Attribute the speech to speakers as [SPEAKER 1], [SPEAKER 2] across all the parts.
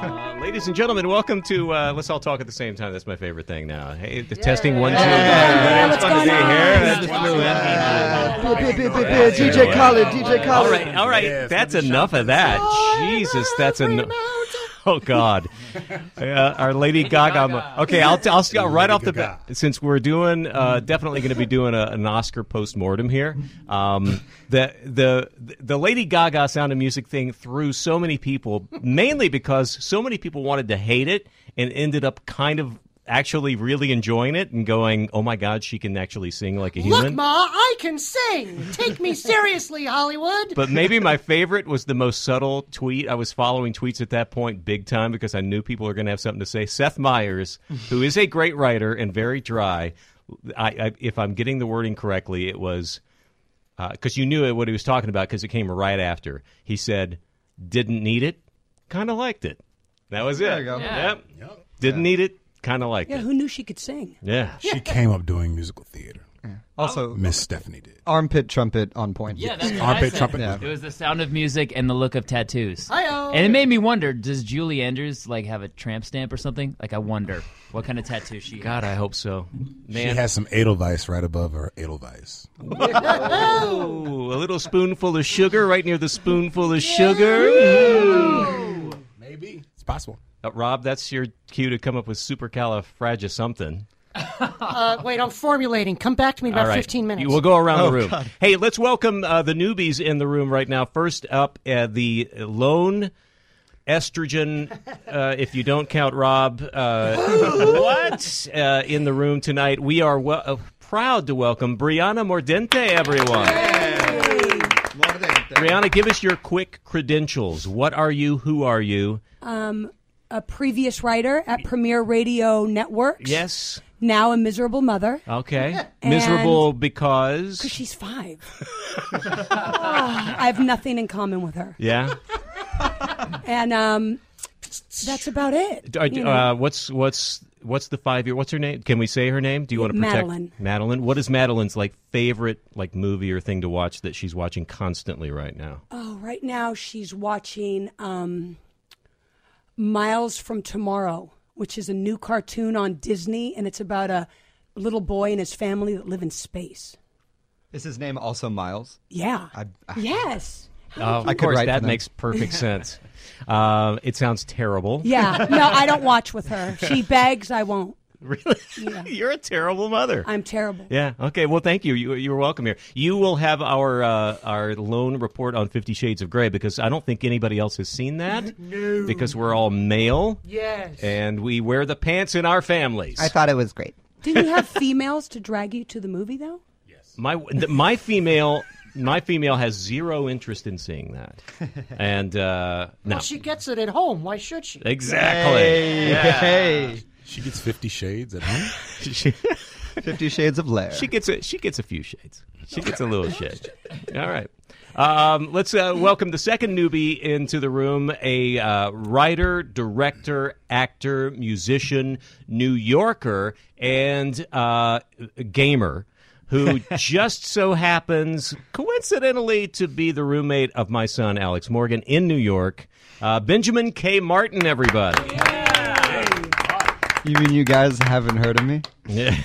[SPEAKER 1] Uh, Ladies and gentlemen, welcome to uh, Let's All Talk at the Same Time. That's my favorite thing now. Hey, the testing one, two.
[SPEAKER 2] Yeah,
[SPEAKER 1] It's
[SPEAKER 2] what's
[SPEAKER 1] fun to
[SPEAKER 2] going
[SPEAKER 1] be
[SPEAKER 2] on?
[SPEAKER 1] here. That's fun.
[SPEAKER 2] Bit, bit, bit, bit, DJ Khaled, DJ Khaled.
[SPEAKER 1] All right, all right. that's enough of that. Jesus, that's enough. Oh God, uh, our Lady Gaga. mo- Okay, I'll, t- I'll start right off the bat since we're doing uh, definitely going to be doing a, an Oscar postmortem here. Um, the the the Lady Gaga Sound of Music thing threw so many people, mainly because so many people wanted to hate it and ended up kind of actually really enjoying it and going, "Oh my God, she can actually sing like a human."
[SPEAKER 3] Look, Ma, I can sing. Take me seriously, Hollywood.
[SPEAKER 1] But maybe my favorite was the most subtle tweet. I was following tweets at that point big time because I knew people were going to have something to say. Seth Meyers, who is a great writer and very dry, I, I, if I'm getting the wording correctly, it was because you knew it, what he was talking about because it came right after. He said, didn't need it, kind of liked it. That was it. There you go. Yep. Didn't need it, kind of liked
[SPEAKER 4] Yeah,
[SPEAKER 1] it.
[SPEAKER 4] who knew she could sing?
[SPEAKER 1] yeah.
[SPEAKER 5] She came up doing musical theater.
[SPEAKER 2] Also,
[SPEAKER 1] Oh.
[SPEAKER 5] Miss Stephanie did.
[SPEAKER 6] Oh,
[SPEAKER 2] armpit trumpet on point.
[SPEAKER 7] Yeah, that's what I
[SPEAKER 5] Armpit
[SPEAKER 7] said.
[SPEAKER 5] trumpet.
[SPEAKER 2] Yeah.
[SPEAKER 5] was-
[SPEAKER 7] It was the sound of music and the look of tattoos.
[SPEAKER 3] Hi-yo.
[SPEAKER 7] And it made me wonder: Does Julie Andrews like have a tramp stamp or something? Like, I wonder what kind of tattoo she.
[SPEAKER 1] God, I hope so.
[SPEAKER 5] She has some Edelweiss right above her Edelweiss.
[SPEAKER 1] Ooh, a little spoonful of sugar right near the spoonful of sugar.
[SPEAKER 5] Maybe it's possible.
[SPEAKER 1] Uh, Rob, that's your cue to come up with supercalifragisomething.
[SPEAKER 3] Uh, wait, I'm formulating. Come back to me in about 15 minutes.
[SPEAKER 1] You- We'll go around the room. Hey, let's welcome uh, the newbies in the room right now. First up, uh, the lone estrogen, uh, if you don't count Rob, uh, what uh, in the room tonight? We are wel- uh, proud to welcome Brianna Mordente, everyone. Brianna, give us your quick credentials. What are you? Who are you?
[SPEAKER 4] A previous writer at Premier Radio Networks.
[SPEAKER 1] Yes.
[SPEAKER 4] Now a miserable mother.
[SPEAKER 1] Okay.
[SPEAKER 4] And-
[SPEAKER 1] Miserable because.
[SPEAKER 4] She's five. Ah, I have nothing in common with her,
[SPEAKER 1] yeah.
[SPEAKER 4] and um, that's about it.
[SPEAKER 1] Uh,
[SPEAKER 4] you know.
[SPEAKER 1] uh, what's what's what's the five year? What's her name? Can we say her name? Do you want to protect
[SPEAKER 4] Madeline.
[SPEAKER 1] Madeline. What is Madeline's like favorite like movie or thing to watch that she's watching constantly right now?
[SPEAKER 4] oh, right now she's watching um, Miles from Tomorrow, which is a new cartoon on Disney, and it's about a little boy and his family that live in space.
[SPEAKER 2] Is his name also Miles?
[SPEAKER 4] Yeah.
[SPEAKER 2] I, I-
[SPEAKER 4] yes.
[SPEAKER 1] Uh, of
[SPEAKER 2] could
[SPEAKER 1] course,
[SPEAKER 2] write for
[SPEAKER 1] that
[SPEAKER 2] them.
[SPEAKER 1] makes perfect sense. Uh, it sounds terrible.
[SPEAKER 4] Yeah. No, I don't watch with her. She begs, I won't.
[SPEAKER 1] Really, you're a terrible mother.
[SPEAKER 4] I'm terrible.
[SPEAKER 1] yeah. Okay. Well, thank you. you. You're welcome here. You will have our uh, our loan report on Fifty Shades of Grey because I don't think anybody else has seen that. no. Because we're all male
[SPEAKER 3] Yes.
[SPEAKER 1] and we wear the pants in our families.
[SPEAKER 2] I thought it was great.
[SPEAKER 4] Didn't you have females to drag you to the movie though?
[SPEAKER 1] my th- my female my female has zero interest in seeing that, and uh, no,
[SPEAKER 3] Well, she gets it at home. Why should she?
[SPEAKER 1] exactly.
[SPEAKER 2] Hey,
[SPEAKER 5] She gets Fifty Shades at home.
[SPEAKER 1] She,
[SPEAKER 2] Fifty Shades of Lair.
[SPEAKER 1] she gets a she gets a few shades. She gets a little shade. All right. Um, let's uh, welcome the second newbie into the room, a uh, writer, director, actor, musician, New Yorker, and uh, gamer. who just so happens, coincidentally, to be the roommate of my son, Alex Morgan, in New York. Uh, Benjamin K. Martin, everybody.
[SPEAKER 6] Even you guys haven't heard of me?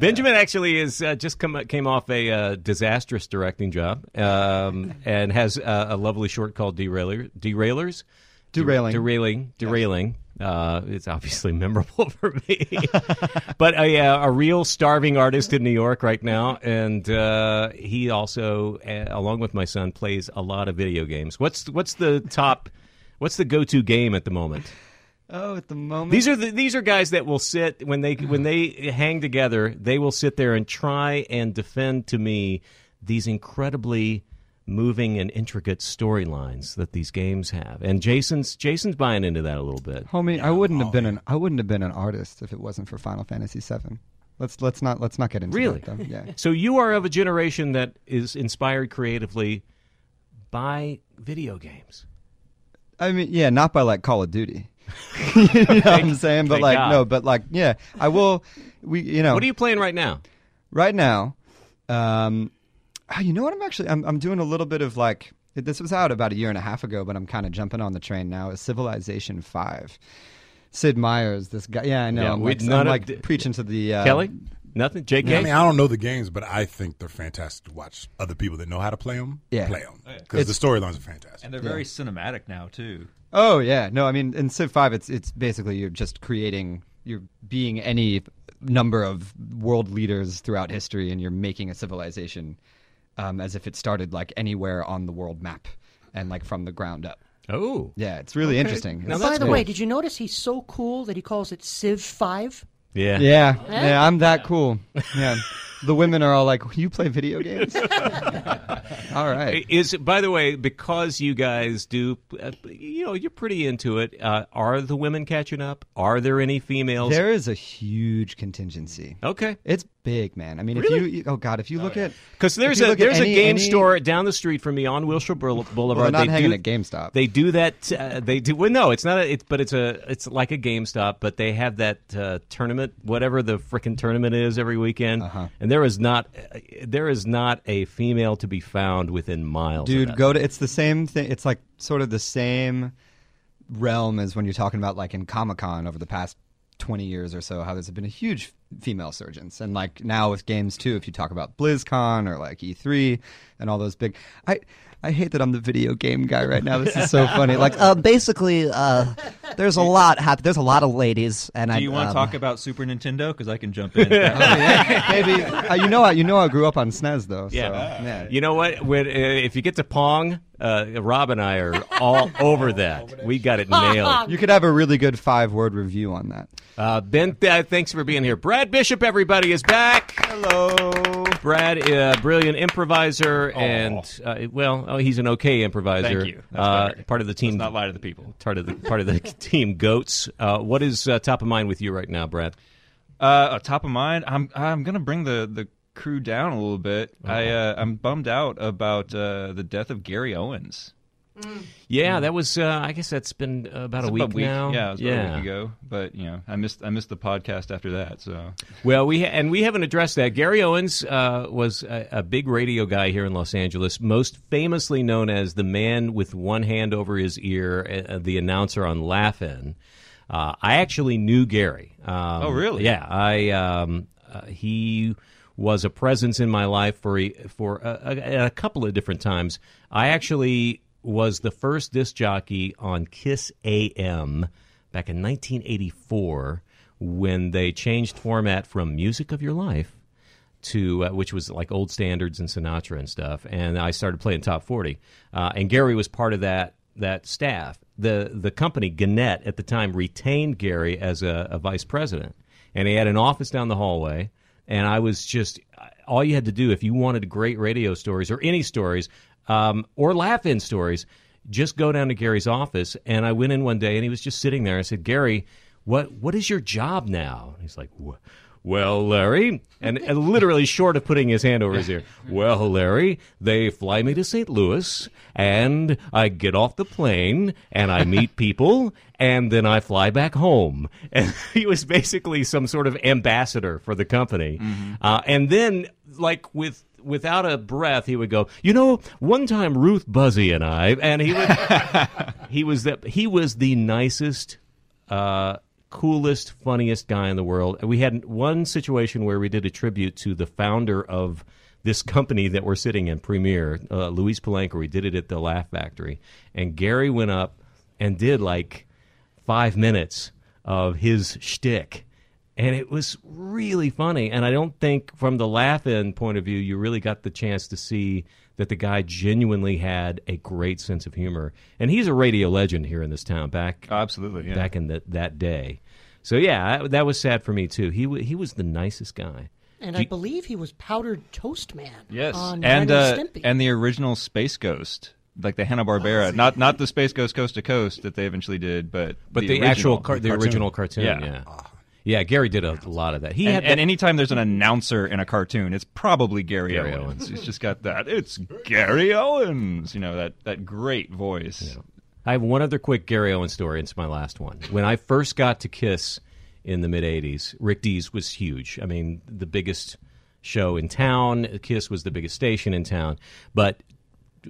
[SPEAKER 1] Benjamin actually is uh, just come, came off a uh, disastrous directing job um, and has uh, a lovely short called Derailer, Derailers.
[SPEAKER 6] Derailing.
[SPEAKER 1] Derailing. Derailing. Uh, it's obviously memorable for me. but a, uh, a real starving artist in New York right now. And uh, he also, uh, along with my son, plays a lot of video games. What's, what's the top, what's the go to game at the moment?
[SPEAKER 6] Oh, at the moment.
[SPEAKER 1] These are the, these are guys that will sit when they when they hang together. They will sit there and try and defend to me these incredibly moving and intricate storylines that these games have. And Jason's Jason's buying into that a little bit.
[SPEAKER 6] Homie, I wouldn't have been an I wouldn't have been an artist if it wasn't for Final Fantasy VII. Let's let's not let's not get into
[SPEAKER 1] Really?
[SPEAKER 6] that though. Yeah.
[SPEAKER 1] So you are of a generation that is inspired creatively by video games.
[SPEAKER 6] I mean, yeah, not by like Call of Duty. you know what I'm saying? But
[SPEAKER 1] thank
[SPEAKER 6] like
[SPEAKER 1] God.
[SPEAKER 6] no, but like yeah, I will we you know
[SPEAKER 1] What are you playing right now?
[SPEAKER 6] right now um oh, you know what I'm actually I'm I'm doing a little bit of like this was out about a year and a half ago, but I'm kind of jumping on the train now. Is Civilization Five? Sid Meier's this guy. Yeah, I know.
[SPEAKER 1] Yeah,
[SPEAKER 6] I'm
[SPEAKER 1] we-
[SPEAKER 6] like, I'm,
[SPEAKER 1] none of
[SPEAKER 6] like,
[SPEAKER 1] the-
[SPEAKER 6] preaching to the uh,
[SPEAKER 1] Kelly? Nothing. JK?
[SPEAKER 5] I mean, I don't know the games, but I think they're fantastic to watch. Other people that know how to play them,
[SPEAKER 6] Yeah.
[SPEAKER 5] play them because the storylines are fantastic.
[SPEAKER 8] And they're very cinematic now too.
[SPEAKER 6] Oh yeah, no, I mean in Civ Five, it's it's basically you're just creating, you're being any number of world leaders throughout history, and you're making a civilization um, as if it started like anywhere on the world map and like from the ground up.
[SPEAKER 1] oh.
[SPEAKER 6] Yeah, it's really interesting.
[SPEAKER 1] Now
[SPEAKER 6] It's-
[SPEAKER 3] By
[SPEAKER 1] that's
[SPEAKER 3] the
[SPEAKER 1] cool.
[SPEAKER 3] way, did you notice he's so cool that he calls it Civ 5?
[SPEAKER 1] Yeah.
[SPEAKER 6] yeah, yeah, I'm that cool. Yeah, the women are all like, "You play video games?" all right.
[SPEAKER 1] Is by the way, because you guys do, uh, you know, you're pretty into it. Uh, are the women catching up? Are there any females?
[SPEAKER 6] There is a huge contingency.
[SPEAKER 1] okay,
[SPEAKER 6] It's big, man. I mean, if you oh god, if you look at
[SPEAKER 1] because there's
[SPEAKER 6] if you
[SPEAKER 1] a
[SPEAKER 6] look at
[SPEAKER 1] there's
[SPEAKER 6] any-
[SPEAKER 1] a game
[SPEAKER 6] any-
[SPEAKER 1] store down the street from me on Wilshire Boule- Boulevard.
[SPEAKER 6] well, they're not
[SPEAKER 1] they
[SPEAKER 6] hanging
[SPEAKER 1] do,
[SPEAKER 6] at GameStop.
[SPEAKER 1] They do that. Uh, they do. Well, no, it's not. A, it's but it's a. It's like a GameStop, but they have that uh, tournament, whatever the frickin' tournament is, every weekend.
[SPEAKER 6] Uh-huh.
[SPEAKER 1] And there is not, uh, there is not a female to be found within miles. of
[SPEAKER 6] Dude,
[SPEAKER 1] that.
[SPEAKER 6] go to it's the same thing. It's like sort of the same realm as when you're talking about like in Comic Con over the past twenty years or so, how there's been a huge female surgeons, and like now with games too. If you talk about BlizzCon or like E3 and all those big, I I hate that I'm the video game guy right now. This is so funny. Like, uh, basically, uh, there's a lot hap- There's a lot of ladies, and um, Oh,
[SPEAKER 8] Do you
[SPEAKER 1] um,
[SPEAKER 8] want to talk about Super Nintendo? Because I can jump in.
[SPEAKER 6] maybe uh, you know I, you know I grew up on SNES though.
[SPEAKER 1] Yeah.
[SPEAKER 8] Ah.
[SPEAKER 6] so, yeah.
[SPEAKER 1] You know what? When, uh, if you get to Pong, uh, Rob and I are all over that. We got it nailed.
[SPEAKER 6] You could have a really good five word review on that.
[SPEAKER 1] Uh, ben, th- thanks for being here. Brad Bishop, everybody, is back. Hello. Brad, uh, brilliant improviser, and, uh, well, oh, he's an okay improviser.
[SPEAKER 8] Thank you. That's
[SPEAKER 1] Uh,
[SPEAKER 8] better.
[SPEAKER 1] part of the
[SPEAKER 8] Let's
[SPEAKER 1] team.
[SPEAKER 8] not lie to the people.
[SPEAKER 1] Part of the part of the team goats. Uh, what is uh, top of mind with you right now, Brad?
[SPEAKER 8] Uh, uh, top of mind, I'm I'm gonna bring the the crew down a little bit. I uh, I'm bummed out about uh, the death of Gary Owens.
[SPEAKER 1] Yeah, that was. Uh, I guess that's been uh, about a
[SPEAKER 8] It's
[SPEAKER 1] week
[SPEAKER 8] about a week
[SPEAKER 1] now.
[SPEAKER 8] Yeah, it was about a week ago. But you know, I missed I missed the podcast after that. So
[SPEAKER 1] Well, we ha- and we haven't addressed that. Gary Owens uh, was a, a big radio guy here in Los Angeles, most famously known as the man with one hand over his ear, uh, the announcer on Laugh-In. Uh, I actually knew Gary. Um,
[SPEAKER 8] Oh, really?
[SPEAKER 1] Yeah, I um, uh, he was a presence in my life for a, for a, a, a couple of different times. I actually was the first disc jockey on Kiss AM back in 1984 when they changed format from Music of Your Life to uh, which was like old standards and Sinatra and stuff. And I started playing top forty, uh, and Gary was part of that that staff. the The company Gannett at the time retained Gary as a, a vice president, and he had an office down the hallway. And I was just uh, all you had to do if you wanted great radio stories or any stories um, or laugh in stories. Just go down to Gary's office, and I went in one day, and he was just sitting there. I said, "Gary, what what is your job now?" And he's like, "Wha- Well, Larry, and, and literally short of putting his hand over his ear. Well, Larry, they fly me to St. Louis, and I get off the plane, and I meet people, and then I fly back home. And he was basically some sort of ambassador for the company. Uh, and then, like with without a breath, he would go, "You know, one time Ruth Buzzy and I," and he would he was the he was the nicest, uh, coolest, funniest guy in the world. We had one situation where we did a tribute to the founder of this company that we're sitting in, Premier, uh, Luis Palenco. We did it at the Laugh Factory, and Gary went up and did like five minutes of his shtick. And it was really funny. And I don't think, from the laugh in point of view, you really got the chance to see that the guy genuinely had a great sense of humor. And he's a radio legend here in this town back
[SPEAKER 8] Absolutely. Oh, Yeah.
[SPEAKER 1] back in the, that day. So, yeah, I- that was sad for me, too. He, wa he was the nicest guy.
[SPEAKER 3] And I believe he was Powdered Toast Man.
[SPEAKER 8] Yes,
[SPEAKER 3] On Ren
[SPEAKER 8] and uh,
[SPEAKER 3] and Oh, Stimpy.
[SPEAKER 8] and the original Space Ghost, like the Hanna Barbera, not not the Space Ghost Coast to Coast that they eventually did, but
[SPEAKER 1] But the,
[SPEAKER 8] original.
[SPEAKER 1] actual, car- the
[SPEAKER 5] cartoon.
[SPEAKER 1] original cartoon,
[SPEAKER 8] Yeah.
[SPEAKER 1] yeah. Yeah, Gary did a lot of that. He had
[SPEAKER 8] And,
[SPEAKER 1] that-
[SPEAKER 8] and anytime there's an announcer in a cartoon, it's probably Gary,
[SPEAKER 1] Gary
[SPEAKER 8] Owens. He's just got that. It's Gary Owens. You know that that great voice.
[SPEAKER 1] I have one other quick Gary Owen story. and It's my last one. When I first got to Kiss in the mid '80s, Rick Dees was huge. I mean, the biggest show in town. Kiss was the biggest station in town. But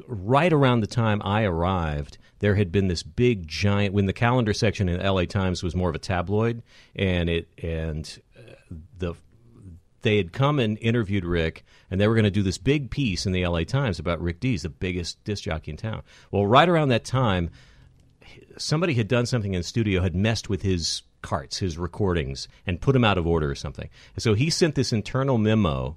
[SPEAKER 1] right around the time I arrived, there had been this big giant. When the calendar section in L.A. Times was more of a tabloid, and it and uh, the they had come and interviewed Rick, and they were going to do this big piece in the LA Times about Rick Dees, the biggest disc jockey in town. Well, right around that time, somebody had done something in the studio, had messed with his carts, his recordings, and put him out of order or something. And so he sent this internal memo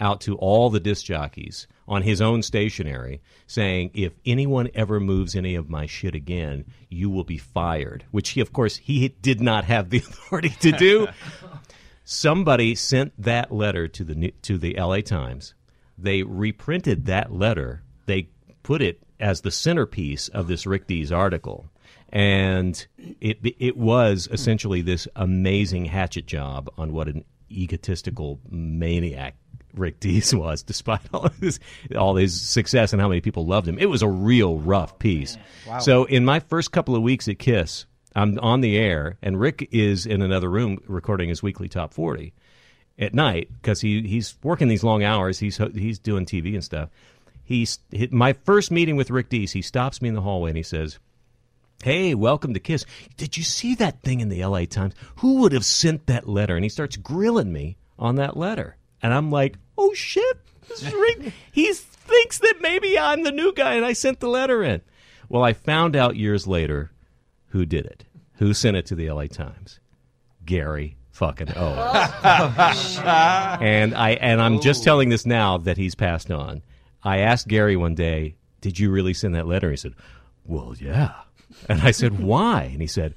[SPEAKER 1] out to all the disc jockeys on his own stationery saying, if anyone ever moves any of my shit again, you will be fired, which he, of course, he did not have the authority to do. somebody sent that letter to the New- to the LA Times. They reprinted that letter. They put it as the centerpiece of this Rick Dees article. And it it was essentially this amazing hatchet job on what an egotistical maniac Rick Dees was, despite all his all his success and how many people loved him. It was a real rough piece. So in my first couple of weeks at Kiss, I'm on the air, and Rick is in another room recording his weekly top forty at night because he he's working these long hours. He's ho- he's doing TV and stuff. He's he, my first meeting with Rick Dees. He stops me in the hallway and he says. Hey, welcome to Kiss. Did you see that thing in the LA Times? Who would have sent that letter? And he starts grilling me on that letter. And I'm like, oh shit, this is Rick. he thinks that maybe I'm the new guy and I sent the letter in. Well, I found out years later who did it, who sent it to the LA Times. Gary fucking Owens. and I and I'm just telling this now that he's passed on. I asked Gary one day, "Did you really send that letter?" He said, "Well, yeah." And I said, "Why?" And he said,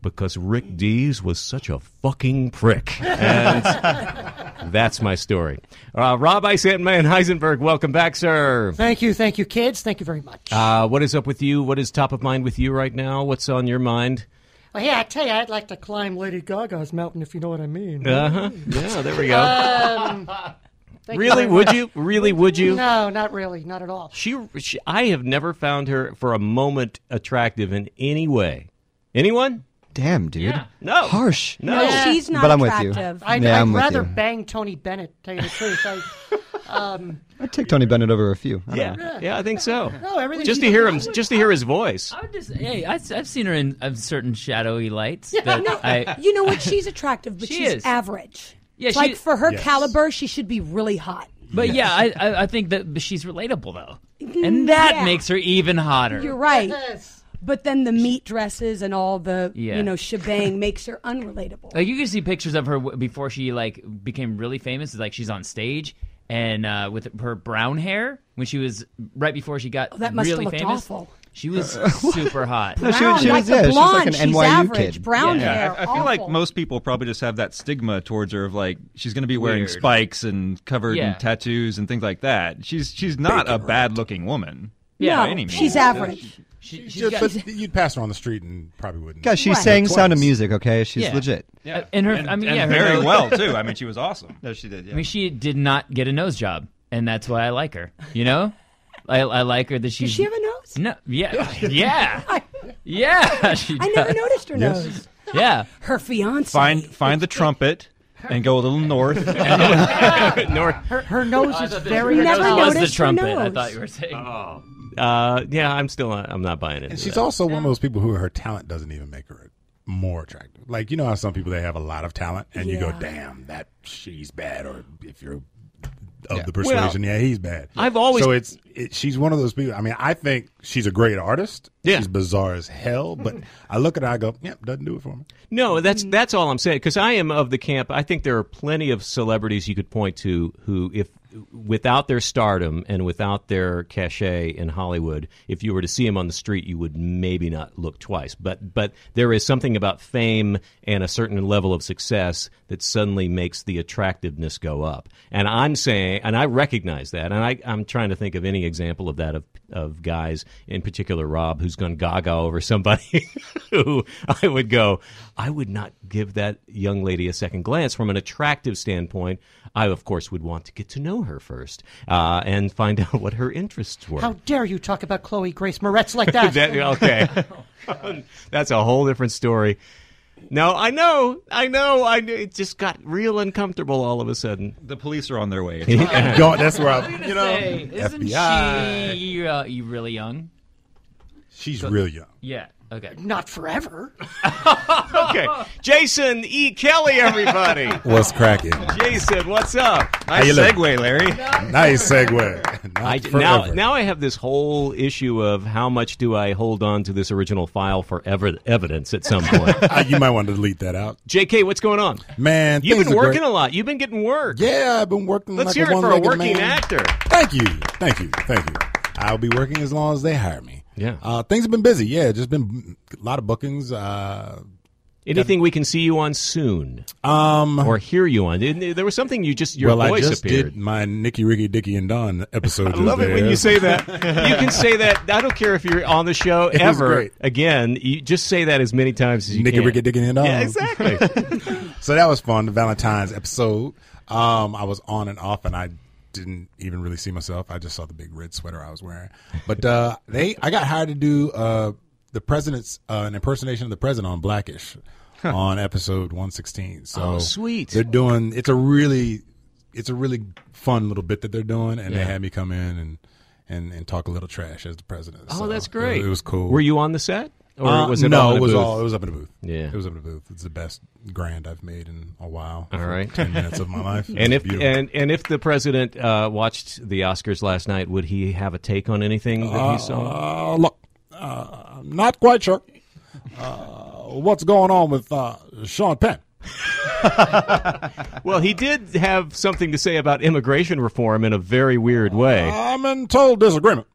[SPEAKER 1] "Because Rick Dees was such a fucking prick." And that's my story. Uh, Rob Eisenman Heisenberg, welcome back, sir.
[SPEAKER 3] Thank you, thank you, kids. Thank you very much.
[SPEAKER 1] Uh, what is up with you? What is top of mind with you right now? What's on your mind?
[SPEAKER 3] well, yeah, I tell you, I'd like to climb Lady Gaga's mountain if you know what I mean.
[SPEAKER 1] Uh huh. Yeah, there we go.
[SPEAKER 3] Thank you
[SPEAKER 1] really?
[SPEAKER 3] very
[SPEAKER 1] Would
[SPEAKER 3] much.
[SPEAKER 1] you? Really? Would you?
[SPEAKER 3] No, not really, not at all.
[SPEAKER 1] She, she, I have never found her for a moment attractive in any way. Anyone?
[SPEAKER 6] Damn, dude.
[SPEAKER 1] No.
[SPEAKER 6] Harsh.
[SPEAKER 1] No.
[SPEAKER 7] Oh,
[SPEAKER 4] No, she's not
[SPEAKER 6] But I'm with you.
[SPEAKER 4] attractive.
[SPEAKER 3] I'd,
[SPEAKER 6] Yeah,
[SPEAKER 3] I'd
[SPEAKER 6] I'm with
[SPEAKER 3] rather
[SPEAKER 6] you.
[SPEAKER 3] bang Tony Bennett. Tell you the truth, I,
[SPEAKER 6] I'd take Tony Bennett over a few. I don't know.
[SPEAKER 1] Yeah, yeah, I think so.
[SPEAKER 3] No, everything
[SPEAKER 1] just to
[SPEAKER 3] she
[SPEAKER 1] hear him,
[SPEAKER 3] does-
[SPEAKER 1] just to hear his voice.
[SPEAKER 7] I would just, hey, I, have seen her in uh, certain shadowy lights. That I,
[SPEAKER 4] You know what? She's attractive, but
[SPEAKER 7] She
[SPEAKER 4] she's
[SPEAKER 7] is.
[SPEAKER 4] average.
[SPEAKER 7] Yeah, she-
[SPEAKER 4] like for her
[SPEAKER 5] Yes.
[SPEAKER 4] caliber, she should be really hot.
[SPEAKER 7] but yeah, I, I, I think that but she's relatable though, and that
[SPEAKER 4] yeah.
[SPEAKER 7] makes her even hotter.
[SPEAKER 4] You're right.
[SPEAKER 3] yes.
[SPEAKER 4] But then the meat dresses and all the
[SPEAKER 7] Yeah.
[SPEAKER 4] you know shebang makes her unrelatable.
[SPEAKER 7] Like you can see pictures of her w- before she like became really famous. It's like she's on stage and uh, with her brown hair when she was right before she got
[SPEAKER 4] Oh, that must have
[SPEAKER 7] really
[SPEAKER 4] looked
[SPEAKER 7] famous.
[SPEAKER 4] awful.
[SPEAKER 7] She was super hot.
[SPEAKER 6] No, she,
[SPEAKER 4] Brown,
[SPEAKER 6] was- she
[SPEAKER 4] like
[SPEAKER 6] was,
[SPEAKER 4] the
[SPEAKER 6] yeah, she was like an
[SPEAKER 4] blonde, she's
[SPEAKER 6] NYU
[SPEAKER 4] average.
[SPEAKER 6] kid.
[SPEAKER 4] Brown
[SPEAKER 7] Oh, Yeah.
[SPEAKER 4] hair.
[SPEAKER 8] I, I feel like
[SPEAKER 4] awful.
[SPEAKER 8] most people probably just have that stigma towards her of like she's going to be wearing
[SPEAKER 7] Weird.
[SPEAKER 8] spikes and covered
[SPEAKER 7] Yeah.
[SPEAKER 8] in tattoos and things like that. She's she's not a bad looking woman.
[SPEAKER 7] Yeah.
[SPEAKER 8] by any means.
[SPEAKER 4] she's average.
[SPEAKER 7] She, she's
[SPEAKER 5] Yeah,
[SPEAKER 7] got,
[SPEAKER 5] but you'd pass her on the street and probably wouldn't.
[SPEAKER 6] Guys, she
[SPEAKER 4] Right.
[SPEAKER 6] sang
[SPEAKER 5] Twice.
[SPEAKER 6] Sound of Music. Okay, she's
[SPEAKER 7] Yeah.
[SPEAKER 6] legit.
[SPEAKER 8] Yeah.
[SPEAKER 7] and her-
[SPEAKER 8] and,
[SPEAKER 7] I mean,
[SPEAKER 8] and
[SPEAKER 7] yeah, her
[SPEAKER 8] very
[SPEAKER 7] nose-
[SPEAKER 8] well too. I mean, she was awesome.
[SPEAKER 6] No, she did. Yeah.
[SPEAKER 7] I mean, she did not get a nose job, and that's why I like her. You know, I, I like her that she's.
[SPEAKER 4] Does she have a nose?
[SPEAKER 7] no, yeah, yeah, yeah. She
[SPEAKER 4] I never
[SPEAKER 7] does.
[SPEAKER 4] noticed her nose.
[SPEAKER 7] Yeah,
[SPEAKER 4] Her fiance.
[SPEAKER 8] Find find the trumpet and go a little north. And
[SPEAKER 3] Her, her nose is very
[SPEAKER 4] Never
[SPEAKER 7] That was the
[SPEAKER 4] noticed her
[SPEAKER 7] trumpet. I
[SPEAKER 4] nose.
[SPEAKER 7] thought you were saying.
[SPEAKER 8] Oh.
[SPEAKER 1] Uh, yeah, I'm still not, I'm not buying it.
[SPEAKER 5] And she's also one of those people who her talent doesn't even make her more attractive. Like you know how some people they have a lot of talent and you go,
[SPEAKER 4] Yeah.
[SPEAKER 5] damn, that she's bad. Or if you're of
[SPEAKER 6] Yeah.
[SPEAKER 5] the persuasion, yeah, he's bad.
[SPEAKER 1] I've always-
[SPEAKER 5] so it's it, she's one of those people. I mean, I think she's a great artist.
[SPEAKER 1] Yeah.
[SPEAKER 5] she's bizarre as hell, but I look at her, I go, yep, doesn't do it for me.
[SPEAKER 1] No, that's that's all I'm saying because I am of the camp. I think there are plenty of celebrities you could point to who, if without their stardom and without their cachet in Hollywood, if you were to see them on the street, you would maybe not look twice. But but there is something about fame and a certain level of success that suddenly makes the attractiveness go up. And I'm saying, and I recognize that, and I, I'm trying to think of any example of that of of guys, in particular Rob, who's gone gaga over somebody who I would go, I would not give that young lady a second glance from an attractive standpoint. I, of course, would want to get to know her first uh, and find out what her interests were.
[SPEAKER 3] How dare you talk about Chloe Grace Moretz like that?
[SPEAKER 1] That- okay. That's a whole different story. No, I know, I know, I knew. It just got real uncomfortable all of a sudden.
[SPEAKER 8] the police are on their way.
[SPEAKER 5] Go- that's where I, you know,
[SPEAKER 7] Hey, isn't
[SPEAKER 5] FBI.
[SPEAKER 7] she uh, you really young?
[SPEAKER 5] she's real young.
[SPEAKER 7] Yeah. Okay.
[SPEAKER 3] Not forever.
[SPEAKER 1] Okay, Jason E. Kelly, everybody.
[SPEAKER 5] What's cracking?
[SPEAKER 1] Jason, what's up?
[SPEAKER 8] Nice
[SPEAKER 5] you look?
[SPEAKER 8] segue, Larry.
[SPEAKER 5] nice segue. Not
[SPEAKER 1] I, now,
[SPEAKER 5] forever.
[SPEAKER 1] now I have this whole issue of how much do I hold on to this original file for ever, evidence at some point.
[SPEAKER 5] Uh, you might want to delete that out,
[SPEAKER 1] JK, what's going on?
[SPEAKER 5] man.
[SPEAKER 1] You've
[SPEAKER 5] things
[SPEAKER 1] been
[SPEAKER 5] are great.
[SPEAKER 1] working a lot. You've been getting work.
[SPEAKER 5] Yeah, I've been working.
[SPEAKER 1] Let's
[SPEAKER 5] like
[SPEAKER 1] hear
[SPEAKER 5] a
[SPEAKER 1] it for a
[SPEAKER 5] one-legged
[SPEAKER 1] working
[SPEAKER 5] man.
[SPEAKER 1] actor.
[SPEAKER 5] Thank you, thank you, thank you. I'll be working as long as they hire me.
[SPEAKER 1] Yeah.
[SPEAKER 5] Uh, things have been busy. Yeah, just been a lot of bookings. Uh,
[SPEAKER 1] Anything we can see you on soon
[SPEAKER 5] um,
[SPEAKER 1] or hear you on? Didn't there- There was something you just your
[SPEAKER 5] well, I
[SPEAKER 1] voice
[SPEAKER 5] just
[SPEAKER 1] appeared.
[SPEAKER 5] did my Nicky, Ricky, Dicky, and Don episode.
[SPEAKER 1] I love it when you say that. you can say that. I don't care if you're on the show
[SPEAKER 5] It was
[SPEAKER 1] ever
[SPEAKER 5] great.
[SPEAKER 1] again. You just say that as many times as you
[SPEAKER 5] Nicky,
[SPEAKER 1] can.
[SPEAKER 5] Ricky, Dicky, and Don.
[SPEAKER 1] yeah, exactly.
[SPEAKER 5] So that was fun. The Valentine's episode. Um, I was on and off, and I didn't even really see myself. I just saw the big red sweater I was wearing. But uh, they, I got hired to do uh, the president's uh, an impersonation of the president on Blackish on episode one sixteen. So
[SPEAKER 1] Oh, sweet.
[SPEAKER 5] They're doing. It's a really, it's a really fun little bit that they're doing, and they
[SPEAKER 1] Yeah.
[SPEAKER 5] had me come in and. And, and talk a little trash as the president.
[SPEAKER 1] oh,
[SPEAKER 5] So
[SPEAKER 1] that's
[SPEAKER 5] it-
[SPEAKER 1] great.
[SPEAKER 5] It, was cool.
[SPEAKER 1] Were you on the set? Or
[SPEAKER 5] Uh,
[SPEAKER 1] was it
[SPEAKER 5] no,
[SPEAKER 1] all in a
[SPEAKER 5] it was
[SPEAKER 1] booth?
[SPEAKER 5] all. It was up in a booth.
[SPEAKER 1] Yeah.
[SPEAKER 5] it was up in a booth. It's the best grand I've made in a while.
[SPEAKER 1] All
[SPEAKER 5] For
[SPEAKER 1] right.
[SPEAKER 5] ten minutes of my life.
[SPEAKER 1] And
[SPEAKER 5] It's
[SPEAKER 1] if
[SPEAKER 5] beautiful.
[SPEAKER 1] and, and if the president uh, watched the Oscars last night, would he have a take on anything that he saw?
[SPEAKER 5] uh, look, uh, I'm not quite sure uh, what's going on with uh, Sean Penn.
[SPEAKER 1] Well, he did have something to say about immigration reform in a very weird way.
[SPEAKER 5] I'm in total disagreement.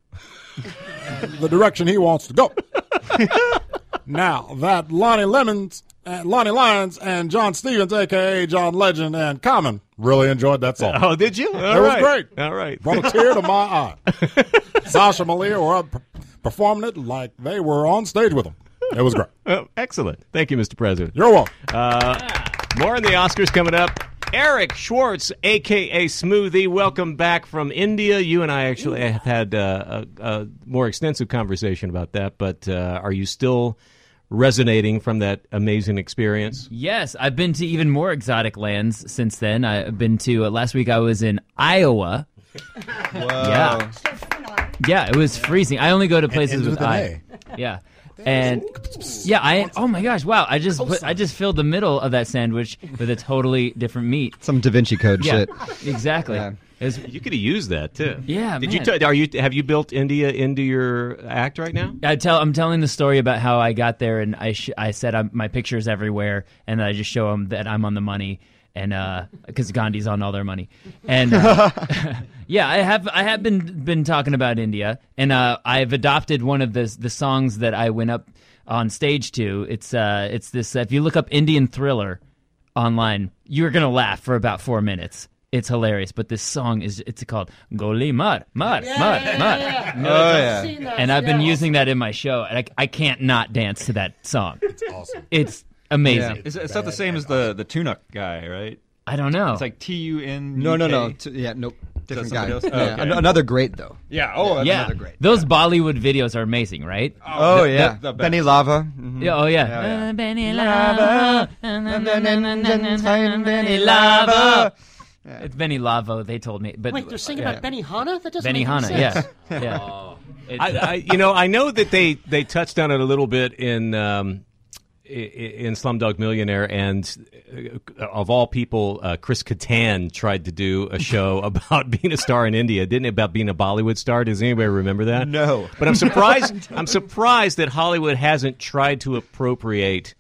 [SPEAKER 5] the direction he wants to go. now that Lonnie Lemons, uh, Lonnie Lyons, and John Stevens, aka John Legend, and Common really enjoyed that song.
[SPEAKER 1] Oh, did you? All
[SPEAKER 5] It was
[SPEAKER 1] right.
[SPEAKER 5] great.
[SPEAKER 1] All right.
[SPEAKER 5] Brought a tear to my eye. Sasha Malia were up performing it like they were on stage with them. It was great.
[SPEAKER 1] Oh, excellent. Thank you, Mr. President.
[SPEAKER 5] You're welcome.
[SPEAKER 1] Uh, More on the Oscars coming up. Eric Schwartz, aka Smoothie, welcome back from India. You and I actually have had uh, a, a more extensive conversation about that, but uh, are you still resonating from that amazing experience?
[SPEAKER 7] Yes, I've been to even more exotic lands since then. I've been to uh, last week. I was in Iowa. Yeah, yeah, it was freezing. I only go to places
[SPEAKER 5] ends
[SPEAKER 7] with,
[SPEAKER 5] with an
[SPEAKER 7] I. Yeah, and yeah, I. Oh my gosh! Wow, I just put, I just filled the middle of that sandwich with a totally different meat.
[SPEAKER 6] Some Da Vinci Code
[SPEAKER 7] Yeah,
[SPEAKER 6] shit.
[SPEAKER 7] exactly.
[SPEAKER 6] Yeah.
[SPEAKER 7] It was-
[SPEAKER 1] You could have used that too.
[SPEAKER 7] Yeah,
[SPEAKER 1] Did you?
[SPEAKER 7] man.
[SPEAKER 1] T- are you? Have you built India into your act right now?
[SPEAKER 7] I tell I'm telling the story about how I got there and I sh- I said I'm, my picture's everywhere and I just show them that I'm on the money and because Gandhi's on all their money and uh, yeah I have I have been been talking about India and uh, I've adopted one of the the songs that I went up on stage to it's uh it's this if you look up Indian Thriller online you're gonna laugh for about four minutes It's hilarious, but this song is it's called Goli Mar Mar Mar
[SPEAKER 3] yeah,
[SPEAKER 7] Mar.
[SPEAKER 3] yeah, yeah.
[SPEAKER 8] Oh, yeah.
[SPEAKER 3] Seen that,
[SPEAKER 7] And I've been
[SPEAKER 3] yeah.
[SPEAKER 7] using that in my show, and I, I can't not dance to that song. It's
[SPEAKER 5] awesome.
[SPEAKER 7] amazing.
[SPEAKER 8] It's, it's not the same as the the tunic guy, right?
[SPEAKER 7] I don't know.
[SPEAKER 8] It's like T U N.
[SPEAKER 6] No, no, no. T- yeah, nope. Different guy.
[SPEAKER 8] somebody else?
[SPEAKER 6] Yeah.
[SPEAKER 8] Okay.
[SPEAKER 6] An- Another great though.
[SPEAKER 8] Yeah. Oh, that's
[SPEAKER 7] yeah,
[SPEAKER 8] another
[SPEAKER 6] great.
[SPEAKER 7] those Bollywood videos are amazing, right?
[SPEAKER 6] Oh,
[SPEAKER 8] the-
[SPEAKER 6] yeah.
[SPEAKER 8] the- the
[SPEAKER 6] Benny Lava. Mhm.
[SPEAKER 7] Yeah, oh yeah.
[SPEAKER 6] Yeah,
[SPEAKER 7] Benny
[SPEAKER 6] Lava.
[SPEAKER 7] Benny Lava. It's Benny Lavo. They told me, but
[SPEAKER 3] Wait, they're singing about Benny Hanna? That doesn't
[SPEAKER 7] Benny
[SPEAKER 3] make any
[SPEAKER 7] Hanna.
[SPEAKER 3] sense.
[SPEAKER 7] Yeah, yeah.
[SPEAKER 1] I, I, you know, I know that they they touched on it a little bit in um, i- i- in Slumdog Millionaire, and uh, of all people, uh, Chris Kattan tried to do a show about being a star in India, didn't it? About being a Bollywood star. Does anybody remember that?
[SPEAKER 6] No.
[SPEAKER 1] But I'm surprised. I'm surprised that Hollywood hasn't tried to appropriate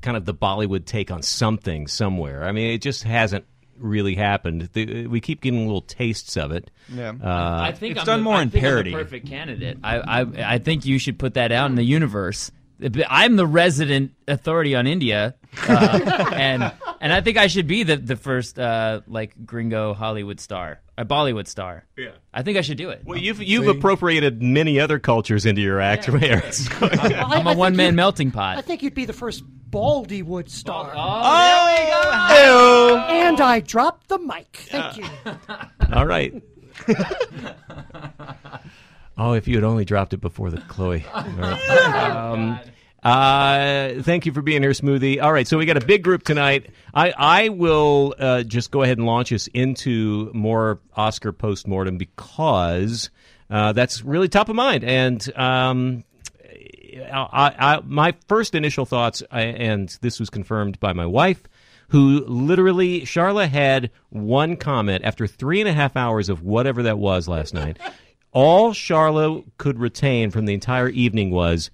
[SPEAKER 1] kind of the Bollywood take on something somewhere. I mean, it just hasn't really happened. The, we keep getting little tastes of it.
[SPEAKER 6] Yeah.
[SPEAKER 1] Uh,
[SPEAKER 7] I think
[SPEAKER 8] It's
[SPEAKER 7] I'm
[SPEAKER 8] done
[SPEAKER 7] the-
[SPEAKER 8] more
[SPEAKER 7] I
[SPEAKER 8] in
[SPEAKER 7] think I'm the
[SPEAKER 8] parody.
[SPEAKER 7] perfect candidate. I, I I think you should put that out in the universe. I'm the resident authority on India, uh, and and I think I should be the the first uh, like gringo Hollywood star, a Bollywood star. Yeah, I think I should do it.
[SPEAKER 1] Well, you've you've appropriated many other cultures into your act, Mayor. So-
[SPEAKER 3] Well, I-
[SPEAKER 7] I'm
[SPEAKER 3] I
[SPEAKER 7] a
[SPEAKER 3] think
[SPEAKER 7] one man
[SPEAKER 3] you'd-
[SPEAKER 7] melting
[SPEAKER 3] I
[SPEAKER 7] pot.
[SPEAKER 3] think you'd be the first Baldywood star.
[SPEAKER 7] oh.
[SPEAKER 6] Oh,
[SPEAKER 3] And I dropped the mic. Thank you.
[SPEAKER 1] All right. oh, if you had only dropped it before the Chloe. All right. Um, uh, thank you for being here, Smoothie. All right, so we got a big group tonight. I I will uh, just go ahead and launch us into more Oscar postmortem because uh, that's really top of mind and. Um, I, I, my first initial thoughts, I, and this was confirmed by my wife, who literally, Charla had one comment after three and a half hours of whatever that was last night. All Charla could retain from the entire evening was,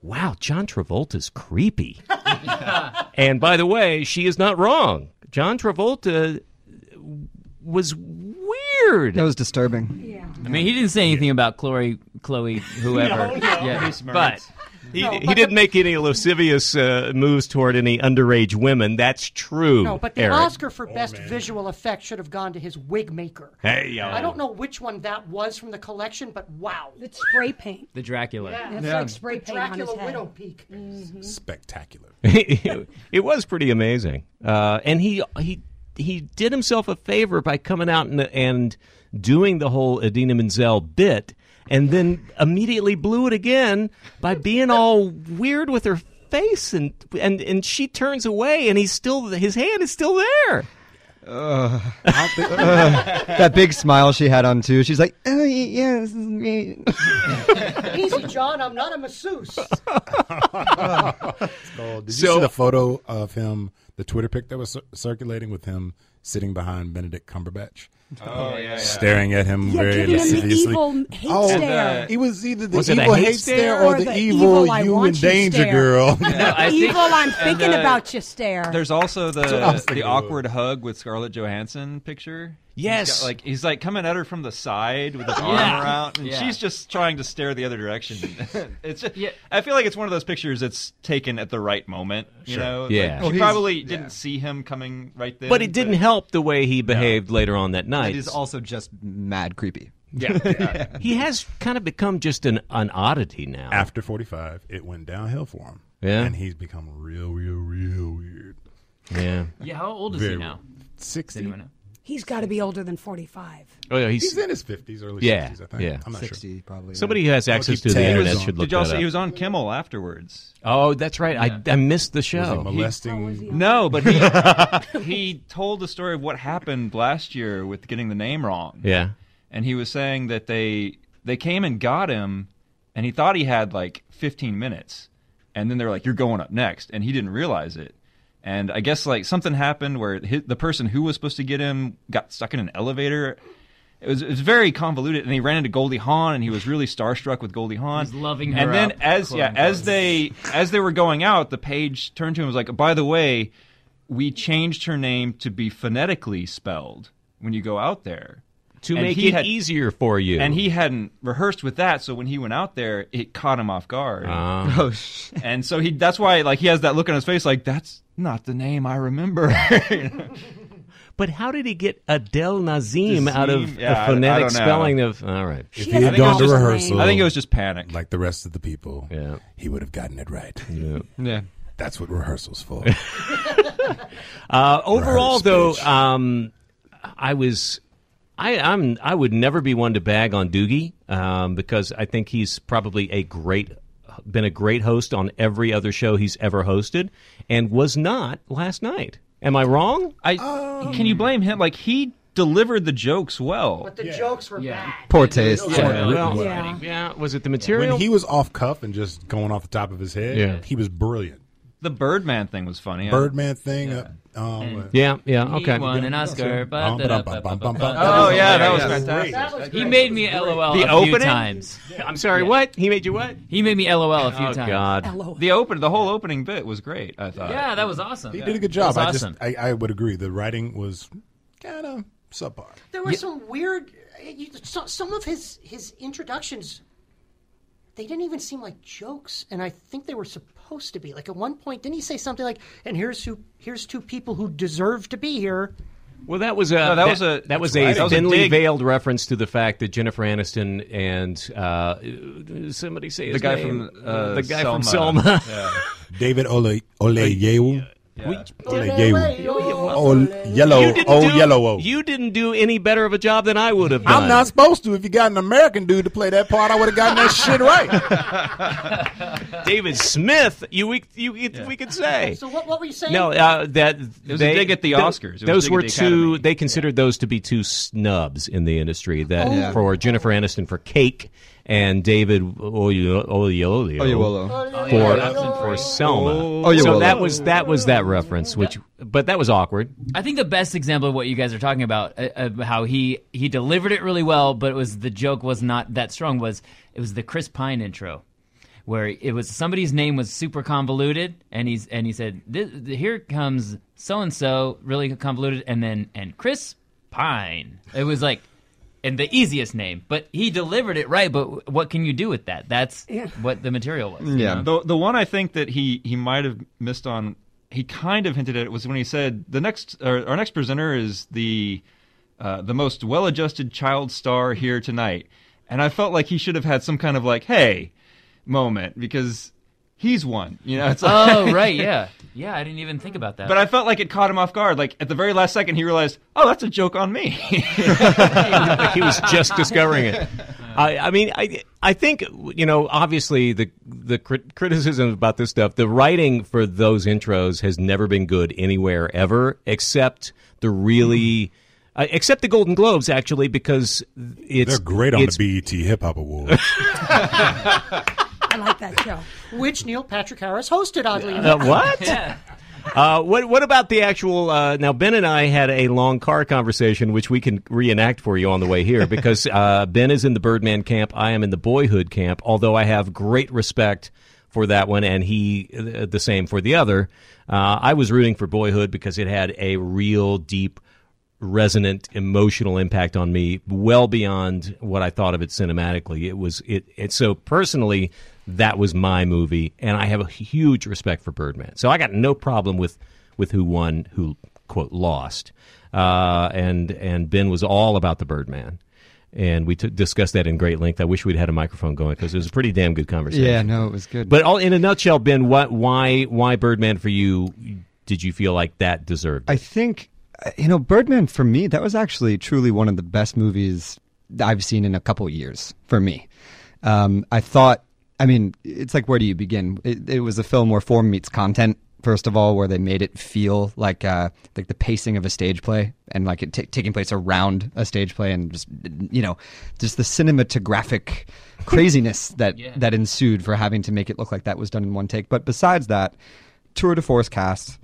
[SPEAKER 1] wow, John Travolta's creepy. and by the way, she is not wrong. John Travolta was weird.
[SPEAKER 6] that was disturbing.
[SPEAKER 7] I mean, he didn't say anything about Chloe, Chloe, whoever. yeah, but
[SPEAKER 1] He, he didn't make any lascivious uh, moves toward any underage women. That's true.
[SPEAKER 3] No, but the
[SPEAKER 1] Eric.
[SPEAKER 3] Oscar for
[SPEAKER 7] Oh,
[SPEAKER 3] Best Visual Effect should have gone to his wig maker.
[SPEAKER 1] Hey, yo.
[SPEAKER 3] I don't know which one that was from the collection, but wow.
[SPEAKER 4] It's spray paint.
[SPEAKER 7] the Dracula.
[SPEAKER 4] It's like spray paint
[SPEAKER 3] Dracula
[SPEAKER 4] on his head. Mm.
[SPEAKER 3] Widow Peak.
[SPEAKER 5] Spectacular.
[SPEAKER 1] it was pretty amazing. Uh, and he he he did himself a favor by coming out and, and doing the whole Adina Menzel bit, and then immediately blew it again by being all weird with her face, and and and she turns away, and he's still his hand is still there.
[SPEAKER 6] that big smile she had on too. She's like, oh y- yeah, this is great.
[SPEAKER 3] Easy, John. I'm not a masseuse.
[SPEAKER 5] Oh, did you see the photo of him, the Twitter pic that was cir- circulating with him sitting behind Benedict Cumberbatch? Oh, yeah. Staring at him
[SPEAKER 4] Yeah,
[SPEAKER 5] very
[SPEAKER 4] giving him the
[SPEAKER 5] lasciviously.
[SPEAKER 4] evil hate
[SPEAKER 5] Oh,
[SPEAKER 4] stare.
[SPEAKER 5] It was either the
[SPEAKER 1] Was it a
[SPEAKER 5] evil
[SPEAKER 1] hate
[SPEAKER 5] hate, stare, or, the, evil,
[SPEAKER 4] evil I
[SPEAKER 5] you in
[SPEAKER 4] want you
[SPEAKER 5] danger
[SPEAKER 4] stare.
[SPEAKER 5] girl.
[SPEAKER 7] No, I think-
[SPEAKER 4] Evil, I'm thinking
[SPEAKER 8] uh,
[SPEAKER 4] about you stare.
[SPEAKER 8] There's also
[SPEAKER 5] what I was
[SPEAKER 8] the the
[SPEAKER 5] thinking.
[SPEAKER 8] awkward hug with Scarlett Johansson picture.
[SPEAKER 1] Yes.
[SPEAKER 8] He's got, like he's like coming at her from the side with his
[SPEAKER 7] Yeah.
[SPEAKER 8] arm out, and
[SPEAKER 7] Yeah.
[SPEAKER 8] she's just trying to stare the other direction. it's just,
[SPEAKER 7] Yeah.
[SPEAKER 8] I feel like it's one of those pictures that's taken at the right moment. You know, It's
[SPEAKER 1] Yeah.
[SPEAKER 8] like,
[SPEAKER 1] Oh,
[SPEAKER 8] she
[SPEAKER 6] he's-
[SPEAKER 8] probably didn't see him coming right then.
[SPEAKER 1] But it didn't help the way he behaved later on that night.
[SPEAKER 6] It is also just mad creepy.
[SPEAKER 1] He has kind of become just an, an oddity now.
[SPEAKER 5] After 45, it went downhill for him.
[SPEAKER 1] Yeah.
[SPEAKER 5] And he's become real, real, real weird.
[SPEAKER 1] Yeah.
[SPEAKER 7] yeah, how old is he
[SPEAKER 5] Very-
[SPEAKER 7] now?
[SPEAKER 5] 60.
[SPEAKER 4] He's got to be older than 45.
[SPEAKER 1] Oh yeah,
[SPEAKER 5] He's in his 50s, early
[SPEAKER 1] Yeah,
[SPEAKER 5] 60s, I think.
[SPEAKER 1] yeah.
[SPEAKER 5] I'm not sure.
[SPEAKER 6] Sixty probably.
[SPEAKER 1] somebody who has access
[SPEAKER 5] keep
[SPEAKER 1] to the
[SPEAKER 5] tabs
[SPEAKER 1] internet
[SPEAKER 5] on-
[SPEAKER 1] should look
[SPEAKER 8] Did y'all
[SPEAKER 1] that
[SPEAKER 8] see
[SPEAKER 1] up.
[SPEAKER 8] he was on Kimmel afterwards?
[SPEAKER 1] oh, that's right. I I missed the
[SPEAKER 5] Was he
[SPEAKER 1] show.
[SPEAKER 5] molesting?
[SPEAKER 8] No, but he he told the story of what happened last year with getting the name wrong.
[SPEAKER 1] yeah.
[SPEAKER 8] and he was saying that they they came and got him and he thought he had like 15 minutes and then they were like you're going up next and he didn't realize it and i guess like something happened where hi the person who was supposed to get him got stuck in an elevator it was, it was very convoluted and he ran into goldie hawn and he was really starstruck with goldie hawn
[SPEAKER 7] He's loving her
[SPEAKER 8] and then
[SPEAKER 7] up,
[SPEAKER 8] as
[SPEAKER 7] quote
[SPEAKER 8] yeah
[SPEAKER 7] unquote.
[SPEAKER 8] as they as they were going out the page turned to him and was like by the way we changed her name to be phonetically spelled when you go out there
[SPEAKER 1] To
[SPEAKER 8] And
[SPEAKER 1] make
[SPEAKER 8] he
[SPEAKER 1] it
[SPEAKER 8] had-
[SPEAKER 1] easier for you.
[SPEAKER 8] and he hadn't rehearsed with that, so when he went out there, it caught him off guard.
[SPEAKER 1] Ah.
[SPEAKER 6] Oh shit.
[SPEAKER 8] And so he that's why like he has that look on his face like that's not the name I remember.
[SPEAKER 1] But how did he get Adele Nazim out of
[SPEAKER 8] Nazim, yeah,
[SPEAKER 1] a
[SPEAKER 8] I- I
[SPEAKER 1] phonetic
[SPEAKER 8] don't know.
[SPEAKER 1] spelling of? All right.
[SPEAKER 4] She
[SPEAKER 5] If he
[SPEAKER 4] has a
[SPEAKER 5] had
[SPEAKER 8] think
[SPEAKER 5] gone
[SPEAKER 8] it's
[SPEAKER 5] to
[SPEAKER 4] college
[SPEAKER 5] rehearsal,
[SPEAKER 4] name.
[SPEAKER 8] I think it was just panic.
[SPEAKER 5] like the rest of the people.
[SPEAKER 1] Yeah.
[SPEAKER 5] he would have gotten it right.
[SPEAKER 8] yeah.
[SPEAKER 5] That's what rehearsals for.
[SPEAKER 1] Uh, overall,
[SPEAKER 5] Rehearse,
[SPEAKER 1] though,
[SPEAKER 5] bitch.
[SPEAKER 1] um, I was, I, I'm, I would never be one to bag on Doogie um, because I think he's probably a great, been a great host on every other show he's ever hosted, and was not last night. Am I wrong?
[SPEAKER 8] I can you blame him? Like he delivered the jokes well.
[SPEAKER 3] But the jokes were bad.
[SPEAKER 6] Poor taste.
[SPEAKER 1] Yeah, well,
[SPEAKER 4] Yeah.
[SPEAKER 1] yeah, Was it the
[SPEAKER 5] when
[SPEAKER 1] material?
[SPEAKER 5] he was off cuff and just going off the top of his head,
[SPEAKER 1] Yeah.
[SPEAKER 5] he was brilliant.
[SPEAKER 8] The Birdman thing was funny. I-
[SPEAKER 5] Birdman thing. Uh, um,
[SPEAKER 1] yeah, yeah.
[SPEAKER 7] He
[SPEAKER 1] Okay.
[SPEAKER 7] won an Oscar.
[SPEAKER 5] Bum, bum, bum, bum, bum, bum.
[SPEAKER 8] Oh yeah, that was
[SPEAKER 5] Yeah.
[SPEAKER 8] fantastic.
[SPEAKER 3] That was
[SPEAKER 7] He
[SPEAKER 3] great.
[SPEAKER 7] made me LOL
[SPEAKER 8] The
[SPEAKER 7] a few
[SPEAKER 8] opening?
[SPEAKER 7] times.
[SPEAKER 1] I'm sorry. What he made you what?
[SPEAKER 7] He made me LOL a few
[SPEAKER 1] Oh
[SPEAKER 7] times.
[SPEAKER 1] God.
[SPEAKER 4] Hello.
[SPEAKER 8] The open, the whole opening bit was great. I thought.
[SPEAKER 7] Yeah, that was awesome.
[SPEAKER 5] He did a good job.
[SPEAKER 7] That
[SPEAKER 5] I
[SPEAKER 7] was
[SPEAKER 5] just,
[SPEAKER 7] awesome.
[SPEAKER 5] I, I would agree. The writing was kind of subpar.
[SPEAKER 3] There were some weird. You, so, some of his his introductions, they didn't even seem like jokes, and I think they were supposed to be. Like at one point, didn't he say something like, "And here's who here's two people who deserve to be here."
[SPEAKER 1] Well, that was a
[SPEAKER 8] No, that was a-
[SPEAKER 1] that was a
[SPEAKER 8] that was a
[SPEAKER 1] thinly
[SPEAKER 8] dig.
[SPEAKER 1] veiled reference to the fact that Jennifer Aniston and uh, somebody say
[SPEAKER 8] The guy from uh,
[SPEAKER 1] the guy
[SPEAKER 8] Selma.
[SPEAKER 1] from Selma.
[SPEAKER 5] David Ole Oleyeu. Oleyeu.
[SPEAKER 3] Oh,
[SPEAKER 5] Ole-
[SPEAKER 1] You
[SPEAKER 5] Yellow.
[SPEAKER 1] didn't
[SPEAKER 5] Oh,
[SPEAKER 1] do-
[SPEAKER 5] yellow.
[SPEAKER 1] You didn't do any better of a job than I would have done.
[SPEAKER 5] I'm not supposed to. If you got an American dude to play that part, I would have gotten that shit right.
[SPEAKER 1] David Smith. You we you, we could say.
[SPEAKER 3] So what what were you saying?
[SPEAKER 1] No, uh, that
[SPEAKER 8] was a
[SPEAKER 1] they,
[SPEAKER 8] dig at the
[SPEAKER 1] tho-
[SPEAKER 8] Oscars. It was a
[SPEAKER 1] those
[SPEAKER 8] dig
[SPEAKER 1] were
[SPEAKER 8] at the
[SPEAKER 1] two.
[SPEAKER 8] Academy.
[SPEAKER 1] They considered those to be two snubs in the industry. That
[SPEAKER 3] Oh.
[SPEAKER 6] Yeah.
[SPEAKER 1] for Jennifer Aniston for Cake and David
[SPEAKER 6] Oh,
[SPEAKER 1] Oyelowo
[SPEAKER 6] Oyelowo.
[SPEAKER 1] for for Selma.
[SPEAKER 5] Oh,
[SPEAKER 6] Oyelowo.
[SPEAKER 1] So that was that was that reference, which but that was awkward.
[SPEAKER 7] I think the best example of what you guys are talking about, uh, uh, how he he delivered it really well, but it was the joke was not that strong. Was it was the Chris Pine intro, where it was somebody's name was super convoluted, and he's and he said, "This- "Here comes so and so, really convoluted," and then and Chris Pine. It was like. And the easiest name, but he delivered it right. But what can you do with that? That's what the material was.
[SPEAKER 6] Yeah.
[SPEAKER 8] The the one I think that he he might have missed on, he kind of hinted at it was when he said the next our, our next presenter is the uh, the most well-adjusted child star here tonight, and I felt like he should have had some kind of like hey moment because he's one, you know. It's like,
[SPEAKER 7] Oh right, yeah, yeah. I didn't even think about that.
[SPEAKER 8] But I felt like it caught him off guard. Like at the very last second, he realized, "Oh, that's a joke on me."
[SPEAKER 1] like he was just discovering it. I, I mean, I, I think you know, obviously the the crit- criticisms about this stuff, the writing for those intros has never been good anywhere ever, except the really, uh, except the Golden Globes actually, because it's
[SPEAKER 5] They're great on
[SPEAKER 1] it's
[SPEAKER 5] the BET Hip Hop Award.
[SPEAKER 4] I like that show.
[SPEAKER 3] Which Neil Patrick Harris hosted, oddly
[SPEAKER 1] Uh,
[SPEAKER 3] enough.
[SPEAKER 1] what? Uh, what what about the actual? Uh, now Ben and I had a long car conversation, which we can reenact for you on the way here, because uh, Ben is in the Birdman camp, I am in the Boyhood camp. Although I have great respect for that one, and he uh, the same for the other. Uh, I was rooting for Boyhood because it had a real deep, resonant, emotional impact on me, well beyond what I thought of it cinematically. It was it. it so personally, that was my movie, and I have a huge respect for Birdman. So I got no problem with with who won, who quote lost, uh, and and Ben was all about the Birdman. And we t- discussed that in great length. I wish we'd had a microphone going because it was a pretty damn good conversation.
[SPEAKER 6] Yeah, no, it was good.
[SPEAKER 1] But all in a nutshell, Ben, what, why, why Birdman for you? Did you feel like that deserved? it?
[SPEAKER 6] I think uh, you know Birdman for me that was actually truly one of the best movies that I've seen in a couple years for me. Um, I thought I mean it's like where do you begin? It, it was a film where form meets content first of all where they made it feel like uh, like the pacing of a stage play and like it ta taking place around a stage play and just you know just the cinematographic craziness that that ensued for having to make it look like that was done in one take. But besides that, tour de force cast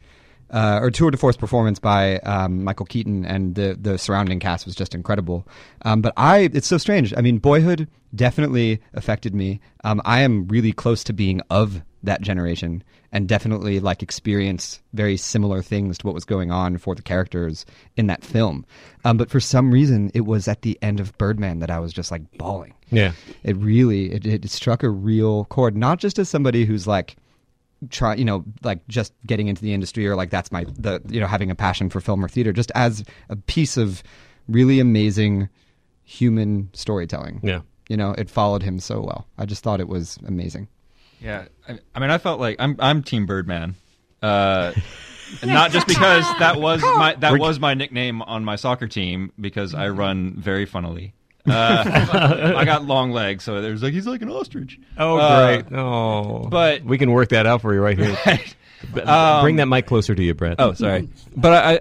[SPEAKER 6] uh, or tour de force performance by um, Michael Keaton and the the surrounding cast was just incredible. Um, but I, it's so strange. I mean, Boyhood definitely affected me. Um, I am really close to being of that generation and definitely like experienced very similar things to what was going on for the characters in that film. Um, but for some reason, it was at the end of Birdman that I was just like bawling
[SPEAKER 1] yeah.
[SPEAKER 6] it really it, it struck a real chord not just as somebody who's like try you know like just getting into the industry or like that's my the you know having a passion for film or theater just as a piece of really amazing human storytelling
[SPEAKER 1] Yeah.
[SPEAKER 6] you know it followed him so well i just thought it was amazing
[SPEAKER 8] Yeah, I, I mean, I felt like I'm I'm Team Birdman, uh, and not just because that was my that was my nickname on my soccer team because I
[SPEAKER 1] Mm-hmm.
[SPEAKER 8] run very funnily. Uh, I got long legs, so there's like he's like an ostrich.
[SPEAKER 1] Oh,
[SPEAKER 8] Uh,
[SPEAKER 1] great. Oh,
[SPEAKER 8] but- Um,
[SPEAKER 1] we can work that out for you right here. B- Bring that mic closer to you, Brett.
[SPEAKER 8] Oh, sorry. But I, I,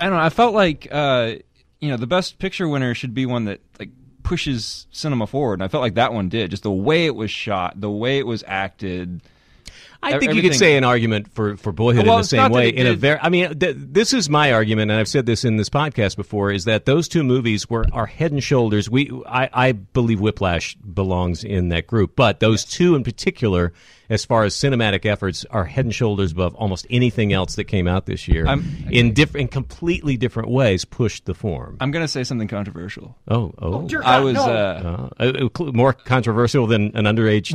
[SPEAKER 8] I don't know. I felt like, uh, you know, the best picture winner should be one that like pushes cinema forward, and I felt like that one did. Just the way it was shot, the way it was acted.
[SPEAKER 1] I think you
[SPEAKER 8] everything-
[SPEAKER 1] could say an argument for, for boyhood
[SPEAKER 8] Well,
[SPEAKER 1] in the
[SPEAKER 8] it's not
[SPEAKER 1] same
[SPEAKER 8] that
[SPEAKER 1] way.
[SPEAKER 8] it
[SPEAKER 1] In a
[SPEAKER 8] did-
[SPEAKER 1] very, I mean, th- this is my argument, and I've said this in this podcast before: is that those two movies were are head and shoulders. We, I, I believe Whiplash belongs in that group, but those two in particular, as far as cinematic efforts, are head and shoulders above almost anything else that came out this year.
[SPEAKER 8] I'm-
[SPEAKER 1] in different, in completely different ways, pushed the form.
[SPEAKER 8] I'm gonna say something controversial.
[SPEAKER 1] oh, oh,
[SPEAKER 3] dear
[SPEAKER 8] I
[SPEAKER 3] God,
[SPEAKER 8] was.
[SPEAKER 3] no.
[SPEAKER 8] Uh,
[SPEAKER 1] Uh, uh, cl- more controversial than an underage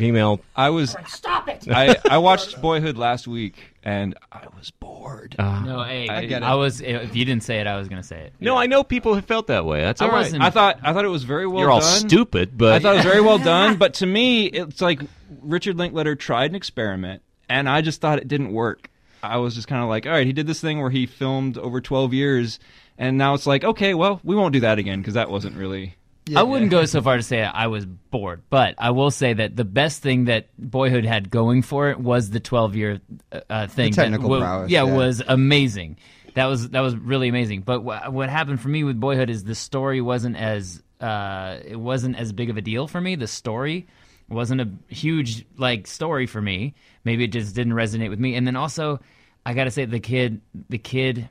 [SPEAKER 1] female.
[SPEAKER 8] I was.
[SPEAKER 3] Stop it.
[SPEAKER 8] I, I watched Boyhood last week and I was bored.
[SPEAKER 1] Uh,
[SPEAKER 7] No, hey,
[SPEAKER 8] I
[SPEAKER 7] I,
[SPEAKER 8] get it.
[SPEAKER 7] was. If you didn't say it, I was gonna say it.
[SPEAKER 1] No, I know people have felt that way. That's
[SPEAKER 7] I
[SPEAKER 1] all right.
[SPEAKER 7] wasn't-
[SPEAKER 8] I thought I thought it was very well
[SPEAKER 1] You're all
[SPEAKER 8] done.
[SPEAKER 1] stupid, but
[SPEAKER 8] I thought it was very well done, but to me, it's like Richard Linkletter tried an experiment, and I just thought it didn't work. I was just kind of like, all right, he did this thing where he filmed over 12 years, and now it's like, okay, well, we won't do that again because that wasn't really.
[SPEAKER 7] I wouldn't go so far to say I was bored, but I will say that the best thing that Boyhood had going for it was the 12 year uh, uh, thing. that
[SPEAKER 6] technical
[SPEAKER 7] wa-
[SPEAKER 6] prowess,
[SPEAKER 7] yeah,
[SPEAKER 6] yeah.
[SPEAKER 7] was amazing. That was that was really amazing. But wha what happened for me with Boyhood is the story wasn't as uh, it wasn't as big of a deal for me. The story wasn't a huge like story for me. Maybe it just didn't resonate with me. And then also, I gotta say the kid the kid.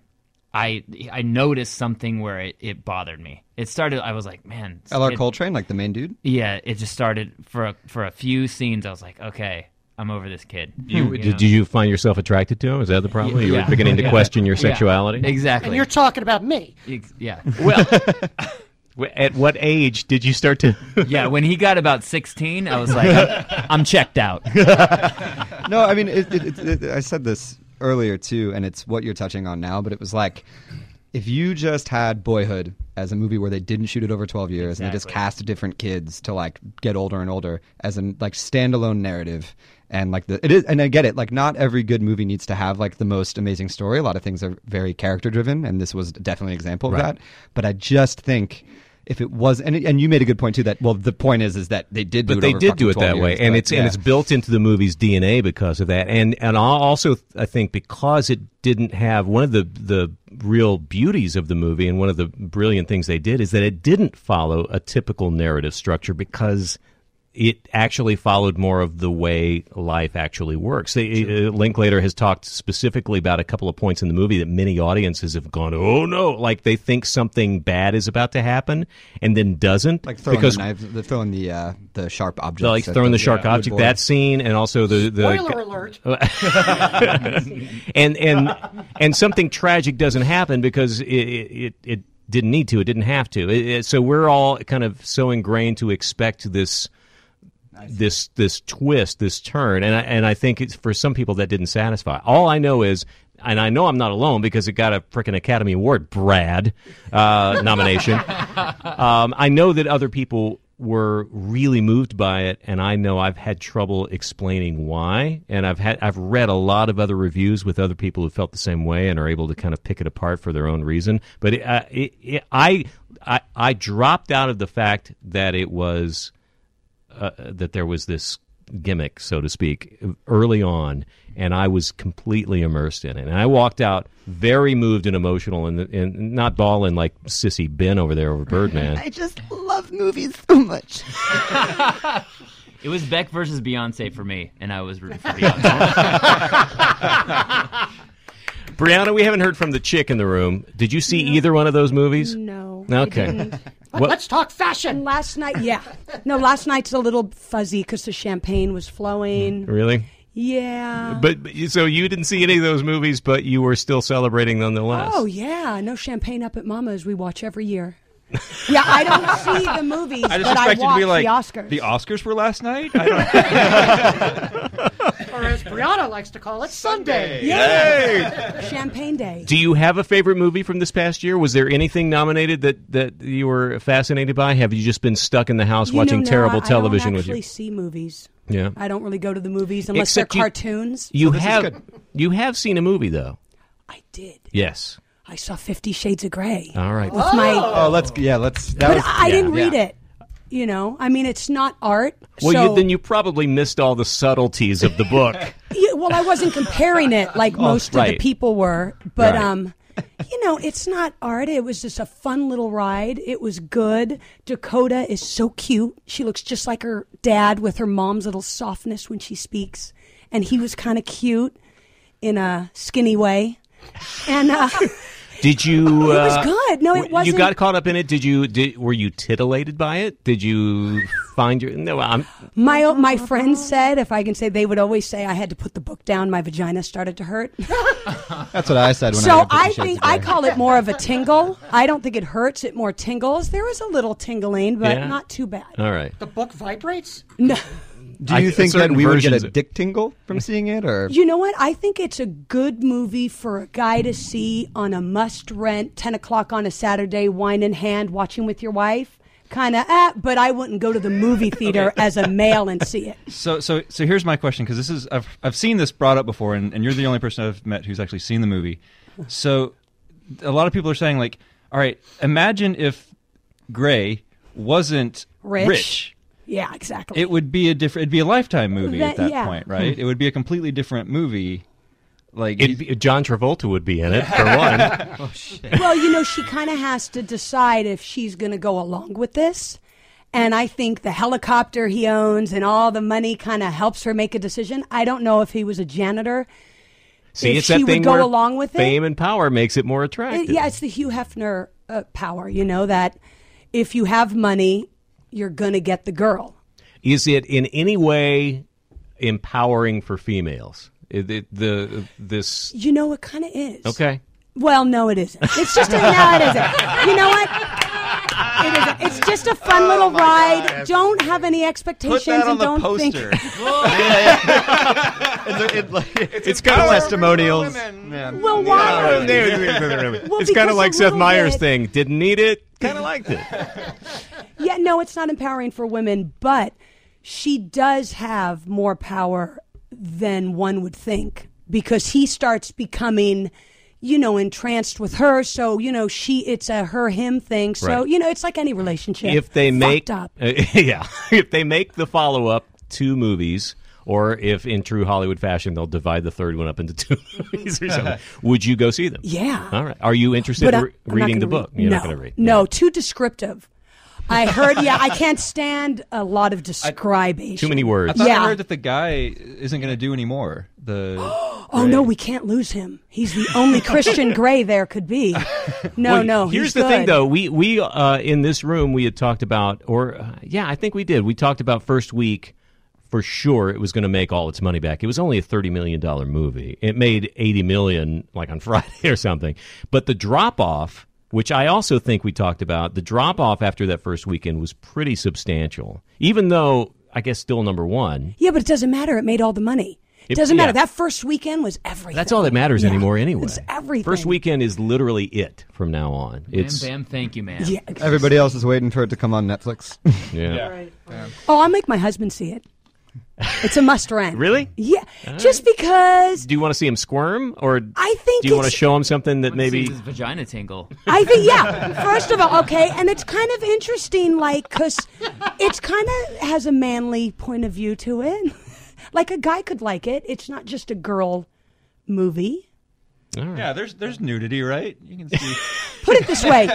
[SPEAKER 7] I I noticed something where it, it bothered me. It started. I was like, man, this
[SPEAKER 6] lr
[SPEAKER 7] kid-
[SPEAKER 6] coltrane like the main dude
[SPEAKER 7] yeah, it just started for a, for a few scenes. I was like, okay, I'm over this kid.
[SPEAKER 1] You, did, did you find yourself attracted to him? Is that the problem? you
[SPEAKER 7] Yeah.
[SPEAKER 1] were beginning to
[SPEAKER 7] Yeah.
[SPEAKER 1] question your
[SPEAKER 7] Yeah.
[SPEAKER 1] sexuality.
[SPEAKER 7] exactly.
[SPEAKER 3] and you're talking about me.
[SPEAKER 7] Ex- yeah,
[SPEAKER 1] Well, w- at what age did you start to?
[SPEAKER 7] yeah. When he got about 16, I was like, I'm, I'm checked out.
[SPEAKER 6] no, I mean, it, it, it, it, I said this earlier too, and it's what you're touching on now. But it was like if you just had Boyhood as a movie where they didn't shoot it over 12 years and they just cast different kids to like get older and older as an like standalone narrative. And like the it is, and I get it. Like not every good movie needs to have like the most amazing story. A lot of things are very character driven, and this was definitely an example of that. But I just think if it was, and and you made a good point too. That well, the point is, is that they did, do
[SPEAKER 1] but
[SPEAKER 6] it
[SPEAKER 1] they
[SPEAKER 6] over
[SPEAKER 1] did
[SPEAKER 6] fucking
[SPEAKER 1] do it
[SPEAKER 6] 12
[SPEAKER 1] that way,
[SPEAKER 6] years,
[SPEAKER 1] and
[SPEAKER 6] but
[SPEAKER 1] it's and
[SPEAKER 6] yeah.
[SPEAKER 1] it's built into the movie's DNA because of that. And and I also I think because it didn't have one of the the real beauties of the movie and one of the brilliant things they did is that it didn't follow a typical narrative structure because it actually followed more of the way life actually works. They, uh, Linklater has talked specifically about a couple of points in the movie that many audiences have gone, "Oh no!" Like they think something bad is about to happen and then doesn't,
[SPEAKER 6] like throwing
[SPEAKER 1] because
[SPEAKER 6] the knives, the, throwing the uh, the sharp object,
[SPEAKER 1] the, like throwing the shark object that scene and also the the
[SPEAKER 3] Spoiler alert.
[SPEAKER 1] and and and something tragic doesn't happen because it it, it didn't need to it didn't have to It- it- so we're all kind of so ingrained to expect this this this twist this turn and I, and I think it's for some people that didn't satisfy all I know is and I know I'm not alone because it got a frickin' Academy Award Brad uh, nomination um, I know that other people were really moved by it, and I know I've had trouble explaining why. And I've had I've read a lot of other reviews with other people who felt the same way and are able to kind of pick it apart for their own reason. But it, uh, it, it, I, I I dropped out of the fact that it was uh, that there was this gimmick, so to speak, early on, and I was completely immersed in it. And I walked out very moved and emotional, and, and not bawling like sissy Ben over there over Birdman.
[SPEAKER 9] just love movies so much.
[SPEAKER 7] It was Beck versus Beyonce for me, and I was rooting for Beyonce.
[SPEAKER 1] Brianna, we haven't heard from the chick in the room. Did you see either one of those movies?
[SPEAKER 4] No.
[SPEAKER 1] Okay. What-
[SPEAKER 3] Let's talk fashion.
[SPEAKER 4] Last night, yeah. No, last night's a little fuzzy because the champagne was flowing.
[SPEAKER 1] Mm, Really?
[SPEAKER 4] Yeah.
[SPEAKER 1] But but- so you didn't see any of those movies, but you were still celebrating nonetheless.
[SPEAKER 4] Oh yeah, no champagne up at Mama's we watch every year. Yeah, I don't see the movies,
[SPEAKER 8] I just
[SPEAKER 4] but I
[SPEAKER 8] expected
[SPEAKER 4] watch
[SPEAKER 8] to be like
[SPEAKER 4] the Oscars.
[SPEAKER 8] The Oscars were last night. I don't,
[SPEAKER 3] or as Brianna likes to call it, Sunday.
[SPEAKER 4] yeah. Champagne Day.
[SPEAKER 1] Do you have a favorite movie from this past year? Was there anything nominated that, that you were fascinated by? Have you just been stuck in the house
[SPEAKER 4] You
[SPEAKER 1] watching
[SPEAKER 4] know,
[SPEAKER 1] terrible
[SPEAKER 4] Noah,
[SPEAKER 1] television
[SPEAKER 4] I don't
[SPEAKER 1] with
[SPEAKER 4] actually
[SPEAKER 1] you?
[SPEAKER 4] see movies.
[SPEAKER 1] Yeah.
[SPEAKER 4] I don't really go to the movies unless
[SPEAKER 1] Except
[SPEAKER 4] they're
[SPEAKER 1] you-
[SPEAKER 4] cartoons.
[SPEAKER 1] You have you have seen a movie though.
[SPEAKER 4] I did.
[SPEAKER 1] Yes.
[SPEAKER 4] I saw Fifty Shades of Grey.
[SPEAKER 1] All right.
[SPEAKER 4] With my,
[SPEAKER 6] Oh, let's yeah, let's. That
[SPEAKER 4] but
[SPEAKER 6] was,
[SPEAKER 4] I
[SPEAKER 6] yeah.
[SPEAKER 4] didn't read
[SPEAKER 6] Yeah.
[SPEAKER 4] it. You know, I mean, it's not art.
[SPEAKER 1] Well,
[SPEAKER 4] so
[SPEAKER 1] you, then you probably missed all the subtleties of the book.
[SPEAKER 4] Yeah, well, I wasn't comparing it like most of
[SPEAKER 1] Oh, right.
[SPEAKER 4] the people were, but
[SPEAKER 1] Right.
[SPEAKER 4] um, you know, it's not art. It was just a fun little ride. It was good. Dakota is so cute. She looks just like her dad with her mom's little softness when she speaks, and he was kind of cute in a skinny way. And uh,
[SPEAKER 1] Did you?
[SPEAKER 4] It was
[SPEAKER 1] uh,
[SPEAKER 4] good. No, it
[SPEAKER 1] w- You
[SPEAKER 4] wasn't-
[SPEAKER 1] got caught up in it. Did you? Did, were you titillated by it? Did you find your? No, I'm.
[SPEAKER 4] my my friends said, if I can say, they would always say I had to put the book down. My vagina started to hurt.
[SPEAKER 6] That's what I said when I.
[SPEAKER 4] So
[SPEAKER 6] read Fifty
[SPEAKER 4] I
[SPEAKER 6] Shades
[SPEAKER 4] think
[SPEAKER 6] of
[SPEAKER 4] I
[SPEAKER 6] Grey.
[SPEAKER 4] call it more of a tingle. I don't think it hurts; it more tingles. There was a little tingling, but
[SPEAKER 1] Yeah.
[SPEAKER 4] not too bad.
[SPEAKER 1] All right.
[SPEAKER 3] The book vibrates.
[SPEAKER 4] No,
[SPEAKER 6] Do
[SPEAKER 1] I-
[SPEAKER 6] you think that
[SPEAKER 1] certain
[SPEAKER 6] we would get
[SPEAKER 1] versions
[SPEAKER 6] a
[SPEAKER 1] of-
[SPEAKER 6] dick tingle from seeing it, or
[SPEAKER 4] you know what? I think it's a good movie for a guy to see on a must rent, ten o'clock on a Saturday, wine in hand, watching with your wife. Kind of, eh, but I wouldn't go to the movie theater as a male and see it.
[SPEAKER 8] so so so here's my question because this is I've I've seen this brought up before, and, and you're the only person I've met who's actually seen the movie. So a lot of people are saying like, all right, imagine if Gray wasn't
[SPEAKER 4] Rich.
[SPEAKER 8] rich.
[SPEAKER 4] Yeah, exactly.
[SPEAKER 8] It would be a different. It'd be a lifetime movie at
[SPEAKER 4] That-
[SPEAKER 8] that
[SPEAKER 4] yeah. Hmm.
[SPEAKER 8] point, right? It would be a completely different movie. Like
[SPEAKER 1] It'd be, John Travolta would be in it for one.
[SPEAKER 4] well, you know, she kind of has to decide if she's going to go along with this. And I think the helicopter he owns and all the money kind of helps her make a decision. I don't know if he was a janitor.
[SPEAKER 1] See,
[SPEAKER 4] If
[SPEAKER 1] it's
[SPEAKER 4] she
[SPEAKER 1] that
[SPEAKER 4] would
[SPEAKER 1] thing
[SPEAKER 4] go
[SPEAKER 1] where
[SPEAKER 4] along with it?
[SPEAKER 1] fame and power makes it more
[SPEAKER 4] It-
[SPEAKER 1] attractive.
[SPEAKER 4] yeah, it's the Hugh Hefner uh, power, you know, that if you have money, you're going to get the girl.
[SPEAKER 1] Is it in any way empowering for females? Is it the this
[SPEAKER 4] You know, it kind of is.
[SPEAKER 1] okay?
[SPEAKER 4] Well, no, it isn't. It's just a, no, it isn't. You know what? It isn't. It's just a fun little ride. Don't have any expectations
[SPEAKER 8] Oh put that on
[SPEAKER 4] and
[SPEAKER 8] the
[SPEAKER 4] don't
[SPEAKER 8] poster.
[SPEAKER 4] think.
[SPEAKER 1] It's kind of
[SPEAKER 6] testimonials?
[SPEAKER 4] Well, why? are Well,
[SPEAKER 1] it's kind
[SPEAKER 4] because
[SPEAKER 1] of
[SPEAKER 4] a
[SPEAKER 1] like Seth
[SPEAKER 4] little
[SPEAKER 1] Meyers
[SPEAKER 4] bit-
[SPEAKER 1] thing. Didn't need it. Kind of liked it.
[SPEAKER 4] Yeah, no, it's not empowering for women, but she does have more power than one would think because he starts becoming, you know, entranced with her. So you know, she it's a her him thing. So
[SPEAKER 1] Right.
[SPEAKER 4] you know, it's like any relationship.
[SPEAKER 1] if they
[SPEAKER 4] Fucked
[SPEAKER 1] make
[SPEAKER 4] up,
[SPEAKER 1] Uh, yeah, if they make the follow up two movies, or if in true Hollywood fashion they'll divide the third one up into two movies or something, would you go see them?
[SPEAKER 4] Yeah.
[SPEAKER 1] All right. Are you interested
[SPEAKER 4] But
[SPEAKER 1] in
[SPEAKER 4] I-
[SPEAKER 1] re-
[SPEAKER 4] I'm not
[SPEAKER 1] reading the
[SPEAKER 4] gonna
[SPEAKER 1] book?
[SPEAKER 4] read-
[SPEAKER 1] You're
[SPEAKER 4] no,
[SPEAKER 1] not going to read.
[SPEAKER 4] No, too descriptive. I heard. Yeah, I can't stand a lot of describing.
[SPEAKER 1] Too many words.
[SPEAKER 8] I thought
[SPEAKER 4] Yeah.
[SPEAKER 8] I heard that the guy isn't going to do any more. The
[SPEAKER 4] Oh no, we can't lose him. He's the only Christian Gray there could be. No,
[SPEAKER 1] Well,
[SPEAKER 4] no.
[SPEAKER 1] Here's
[SPEAKER 4] he's
[SPEAKER 1] the thing,
[SPEAKER 4] good.
[SPEAKER 1] though. We we uh, in this room we had talked about, or uh, yeah, I think we did. We talked about first week for sure. It was going to make all its money back. It was only a thirty million dollar movie. It made eighty million like on Friday or something. But the drop off, which I also think we talked about, the drop off after that first weekend was pretty substantial. Even though I guess still number one.
[SPEAKER 4] Yeah, but it doesn't matter. It made all the money. It,
[SPEAKER 1] It-
[SPEAKER 4] doesn't matter.
[SPEAKER 1] yeah.
[SPEAKER 4] That first weekend was everything.
[SPEAKER 1] That's all that matters
[SPEAKER 4] Yeah.
[SPEAKER 1] anymore, anyway.
[SPEAKER 4] It's everything.
[SPEAKER 1] First weekend is literally it from now on. It's
[SPEAKER 7] bam, bam, thank you, man.
[SPEAKER 4] Yeah.
[SPEAKER 6] Everybody else is waiting for it to come on Netflix.
[SPEAKER 1] yeah.
[SPEAKER 4] Oh, I'll make my husband see it. It's a must rent.
[SPEAKER 1] Really?
[SPEAKER 4] Yeah. Just because
[SPEAKER 1] Do you want to see him squirm, or
[SPEAKER 4] I think
[SPEAKER 1] do you want to
[SPEAKER 4] it's-
[SPEAKER 1] show him something that
[SPEAKER 7] Maybe
[SPEAKER 1] maybe?
[SPEAKER 7] his vagina tingle.
[SPEAKER 4] I think, yeah. First of all, okay. And it's kind of interesting, like, because it's kind of has a manly point of view to it. Like, a guy could like it. It's not just a girl movie.
[SPEAKER 8] yeah, there's there's nudity, right? You can see.
[SPEAKER 4] Put it this way: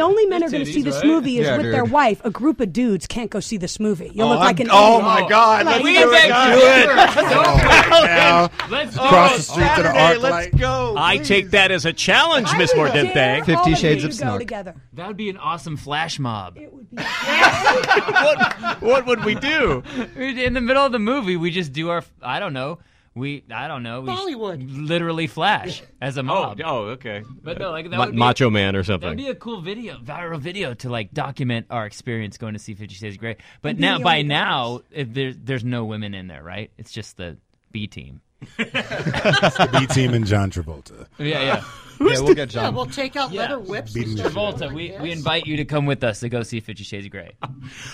[SPEAKER 4] only men are going to see this movie is
[SPEAKER 6] Yeah,
[SPEAKER 4] with their
[SPEAKER 6] dude.
[SPEAKER 4] wife. A group of dudes can't go see this movie. You look
[SPEAKER 5] I'm-
[SPEAKER 4] like an
[SPEAKER 5] oh
[SPEAKER 4] idiot.
[SPEAKER 5] my God! Let's
[SPEAKER 4] Like-
[SPEAKER 5] do it, guys. Now,
[SPEAKER 7] Let's
[SPEAKER 5] across the street to the arc light.
[SPEAKER 8] go.
[SPEAKER 1] I take that as a challenge,
[SPEAKER 4] I
[SPEAKER 1] Miss
[SPEAKER 4] would dare
[SPEAKER 1] Mordente.
[SPEAKER 6] Fifty
[SPEAKER 4] all you
[SPEAKER 6] Shades
[SPEAKER 4] to
[SPEAKER 6] of
[SPEAKER 4] go
[SPEAKER 6] Snark.
[SPEAKER 4] Together.
[SPEAKER 7] That would be an awesome flash mob.
[SPEAKER 1] What, what would we do? Oh,
[SPEAKER 7] In the middle of the movie, we just do our, I don't know, we I don't know we
[SPEAKER 3] Bollywood.
[SPEAKER 7] literally flash as a
[SPEAKER 1] Oh,
[SPEAKER 7] mob.
[SPEAKER 1] oh, okay.
[SPEAKER 7] But no, like that
[SPEAKER 1] Ma-
[SPEAKER 7] would be
[SPEAKER 1] Macho Man or
[SPEAKER 7] That'd
[SPEAKER 1] something.
[SPEAKER 7] be a cool video, viral video to like document our experience going to see Fifty Shades of Grey. But
[SPEAKER 4] And
[SPEAKER 7] now,
[SPEAKER 4] being the
[SPEAKER 7] by
[SPEAKER 4] only
[SPEAKER 7] now, if there, there's no women in there, right? It's just the B team.
[SPEAKER 5] The B E team and John Travolta.
[SPEAKER 7] Yeah, yeah.
[SPEAKER 6] yeah, we'll get
[SPEAKER 3] Yeah,
[SPEAKER 6] John.
[SPEAKER 3] we'll take out
[SPEAKER 7] Yeah.
[SPEAKER 3] leather whips.
[SPEAKER 5] Beating
[SPEAKER 3] and
[SPEAKER 5] the
[SPEAKER 3] stuff.
[SPEAKER 7] Volta, we, we invite you to come with us to go see Fifty Shades of Grey.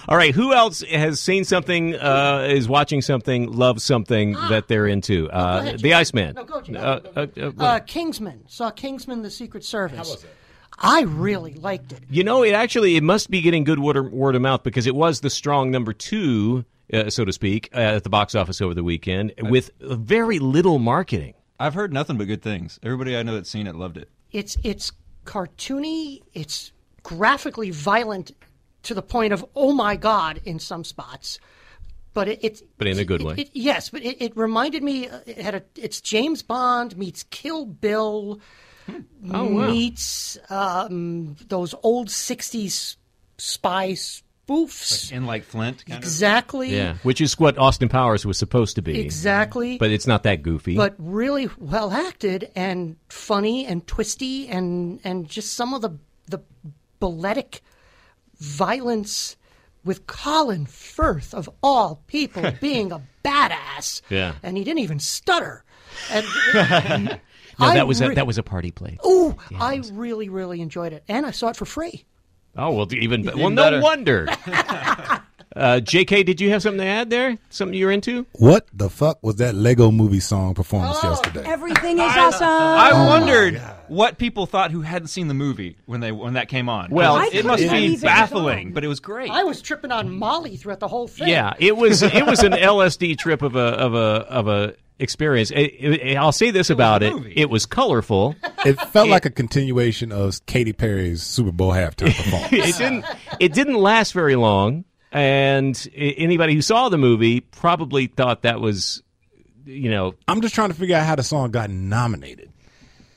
[SPEAKER 1] All right, who else has seen something, uh, is watching something, loves something that they're into? Uh,
[SPEAKER 3] ahead,
[SPEAKER 1] the
[SPEAKER 3] Jim.
[SPEAKER 1] Iceman.
[SPEAKER 3] No, go, Jim.
[SPEAKER 1] Uh, uh, uh,
[SPEAKER 3] Uh, Kingsman saw Kingsman: The Secret Service. How was it? I really liked it.
[SPEAKER 1] You know, it actually it must be getting good word of, word of mouth because it was the strong number two, uh, so to speak, uh, at the box office over the weekend with very little marketing.
[SPEAKER 8] I've heard nothing but good things. Everybody I know that's seen it loved it.
[SPEAKER 3] It's it's cartoony. It's graphically violent to the point of oh my god in some spots, but it, it's
[SPEAKER 1] But in a good
[SPEAKER 3] it-
[SPEAKER 1] way.
[SPEAKER 3] it- yes, but it, it reminded me. uh, It had a. It's James Bond meets Kill Bill. meets um, those old '60s spy spoofs.
[SPEAKER 8] In like Flint, kind of.
[SPEAKER 3] exactly.
[SPEAKER 1] which is what Austin Powers was supposed to be.
[SPEAKER 3] Exactly.
[SPEAKER 1] But it's not that goofy.
[SPEAKER 3] but really well acted and funny and twisty and and just some of the the balletic violence with Colin Firth of all people being a badass.
[SPEAKER 1] Yeah.
[SPEAKER 3] And he didn't even stutter. And
[SPEAKER 1] no,
[SPEAKER 3] I
[SPEAKER 1] that was a,
[SPEAKER 3] re-
[SPEAKER 1] that was a party play.
[SPEAKER 3] Ooh, I really really enjoyed it. And I saw it for free.
[SPEAKER 1] Oh well, even, be- well,
[SPEAKER 7] Even
[SPEAKER 1] no
[SPEAKER 7] better.
[SPEAKER 1] wonder. uh, J.K., did you have something to add there? Something you're into?
[SPEAKER 5] What the fuck was that Lego movie song performance yesterday?
[SPEAKER 4] Everything is awesome.
[SPEAKER 8] I wondered what people thought who hadn't seen the movie when they when that came on.
[SPEAKER 1] Well, I
[SPEAKER 8] it
[SPEAKER 4] couldn't
[SPEAKER 8] must
[SPEAKER 4] believe it
[SPEAKER 8] be
[SPEAKER 4] was
[SPEAKER 8] baffling,
[SPEAKER 4] on.
[SPEAKER 8] but it was great.
[SPEAKER 3] I was tripping on Molly throughout the whole thing.
[SPEAKER 1] Yeah, it was it was an LSD trip of a of a of a experience. It- it- I'll say this about it:
[SPEAKER 8] movie.
[SPEAKER 1] it was colorful.
[SPEAKER 5] It felt like a continuation of Katy Perry's Super Bowl halftime performance.
[SPEAKER 1] it didn't it didn't last very long and i- anybody who saw the movie probably thought that was you know
[SPEAKER 5] I'm just trying to figure out how the song got nominated.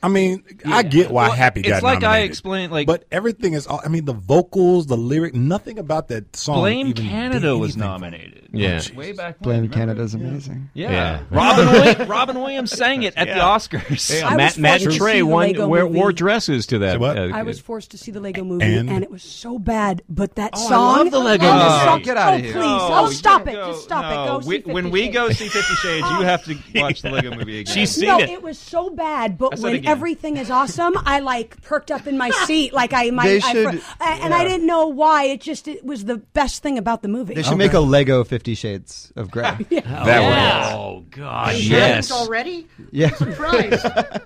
[SPEAKER 5] I mean, I get why
[SPEAKER 8] Well,
[SPEAKER 5] Happy
[SPEAKER 8] it's
[SPEAKER 5] got
[SPEAKER 8] like I
[SPEAKER 5] nominated,
[SPEAKER 8] explained, like-
[SPEAKER 5] but everything is. All, I mean, the vocals, the lyric, nothing about that song.
[SPEAKER 8] Blame
[SPEAKER 5] even
[SPEAKER 8] Canada
[SPEAKER 5] did
[SPEAKER 8] was
[SPEAKER 5] anything.
[SPEAKER 8] nominated.
[SPEAKER 1] Yeah.
[SPEAKER 8] way back. When,
[SPEAKER 6] Blame
[SPEAKER 8] remember?
[SPEAKER 6] Canada's amazing.
[SPEAKER 8] Yeah,
[SPEAKER 1] Yeah.
[SPEAKER 8] Robin Williams, Robin Williams sang it at the Oscars. Oh,
[SPEAKER 4] I
[SPEAKER 1] Matt,
[SPEAKER 4] was
[SPEAKER 1] Matt and
[SPEAKER 4] fortunate to see
[SPEAKER 1] Trey
[SPEAKER 4] the
[SPEAKER 1] won,
[SPEAKER 4] Lego
[SPEAKER 1] wear,
[SPEAKER 4] movie.
[SPEAKER 1] wore dresses to that. uh,
[SPEAKER 5] Say what?
[SPEAKER 4] I was forced to see the Lego movie,
[SPEAKER 5] And-
[SPEAKER 4] and, it was so bad. But that
[SPEAKER 8] Oh, I
[SPEAKER 4] song,
[SPEAKER 8] love the Lego
[SPEAKER 4] and
[SPEAKER 8] movie.
[SPEAKER 4] song-
[SPEAKER 6] Get outta
[SPEAKER 4] oh,
[SPEAKER 6] here.
[SPEAKER 4] Please,
[SPEAKER 8] No,
[SPEAKER 4] oh, stop
[SPEAKER 8] you
[SPEAKER 4] it,
[SPEAKER 8] go-
[SPEAKER 4] just stop it.
[SPEAKER 8] no.
[SPEAKER 4] Go
[SPEAKER 8] we,
[SPEAKER 4] see 50
[SPEAKER 8] when we
[SPEAKER 4] Shades. Oh.
[SPEAKER 8] go see Fifty Shades, you have to watch the Lego Movie again.
[SPEAKER 1] She's seen
[SPEAKER 4] no,
[SPEAKER 1] it.
[SPEAKER 4] was so bad. But
[SPEAKER 8] said
[SPEAKER 4] when
[SPEAKER 8] again.
[SPEAKER 4] everything is awesome, I like perked up in my seat, like I my
[SPEAKER 6] They
[SPEAKER 4] I,
[SPEAKER 6] should-
[SPEAKER 4] I- and I didn't know why. It just it was the best thing about the movie. Oh.
[SPEAKER 6] They should make a Lego Fifty Shades of Grey.
[SPEAKER 5] That
[SPEAKER 7] Yeah.
[SPEAKER 1] Oh God,
[SPEAKER 3] Yes.
[SPEAKER 1] yes.
[SPEAKER 3] Already?
[SPEAKER 6] yeah.
[SPEAKER 3] Surprise.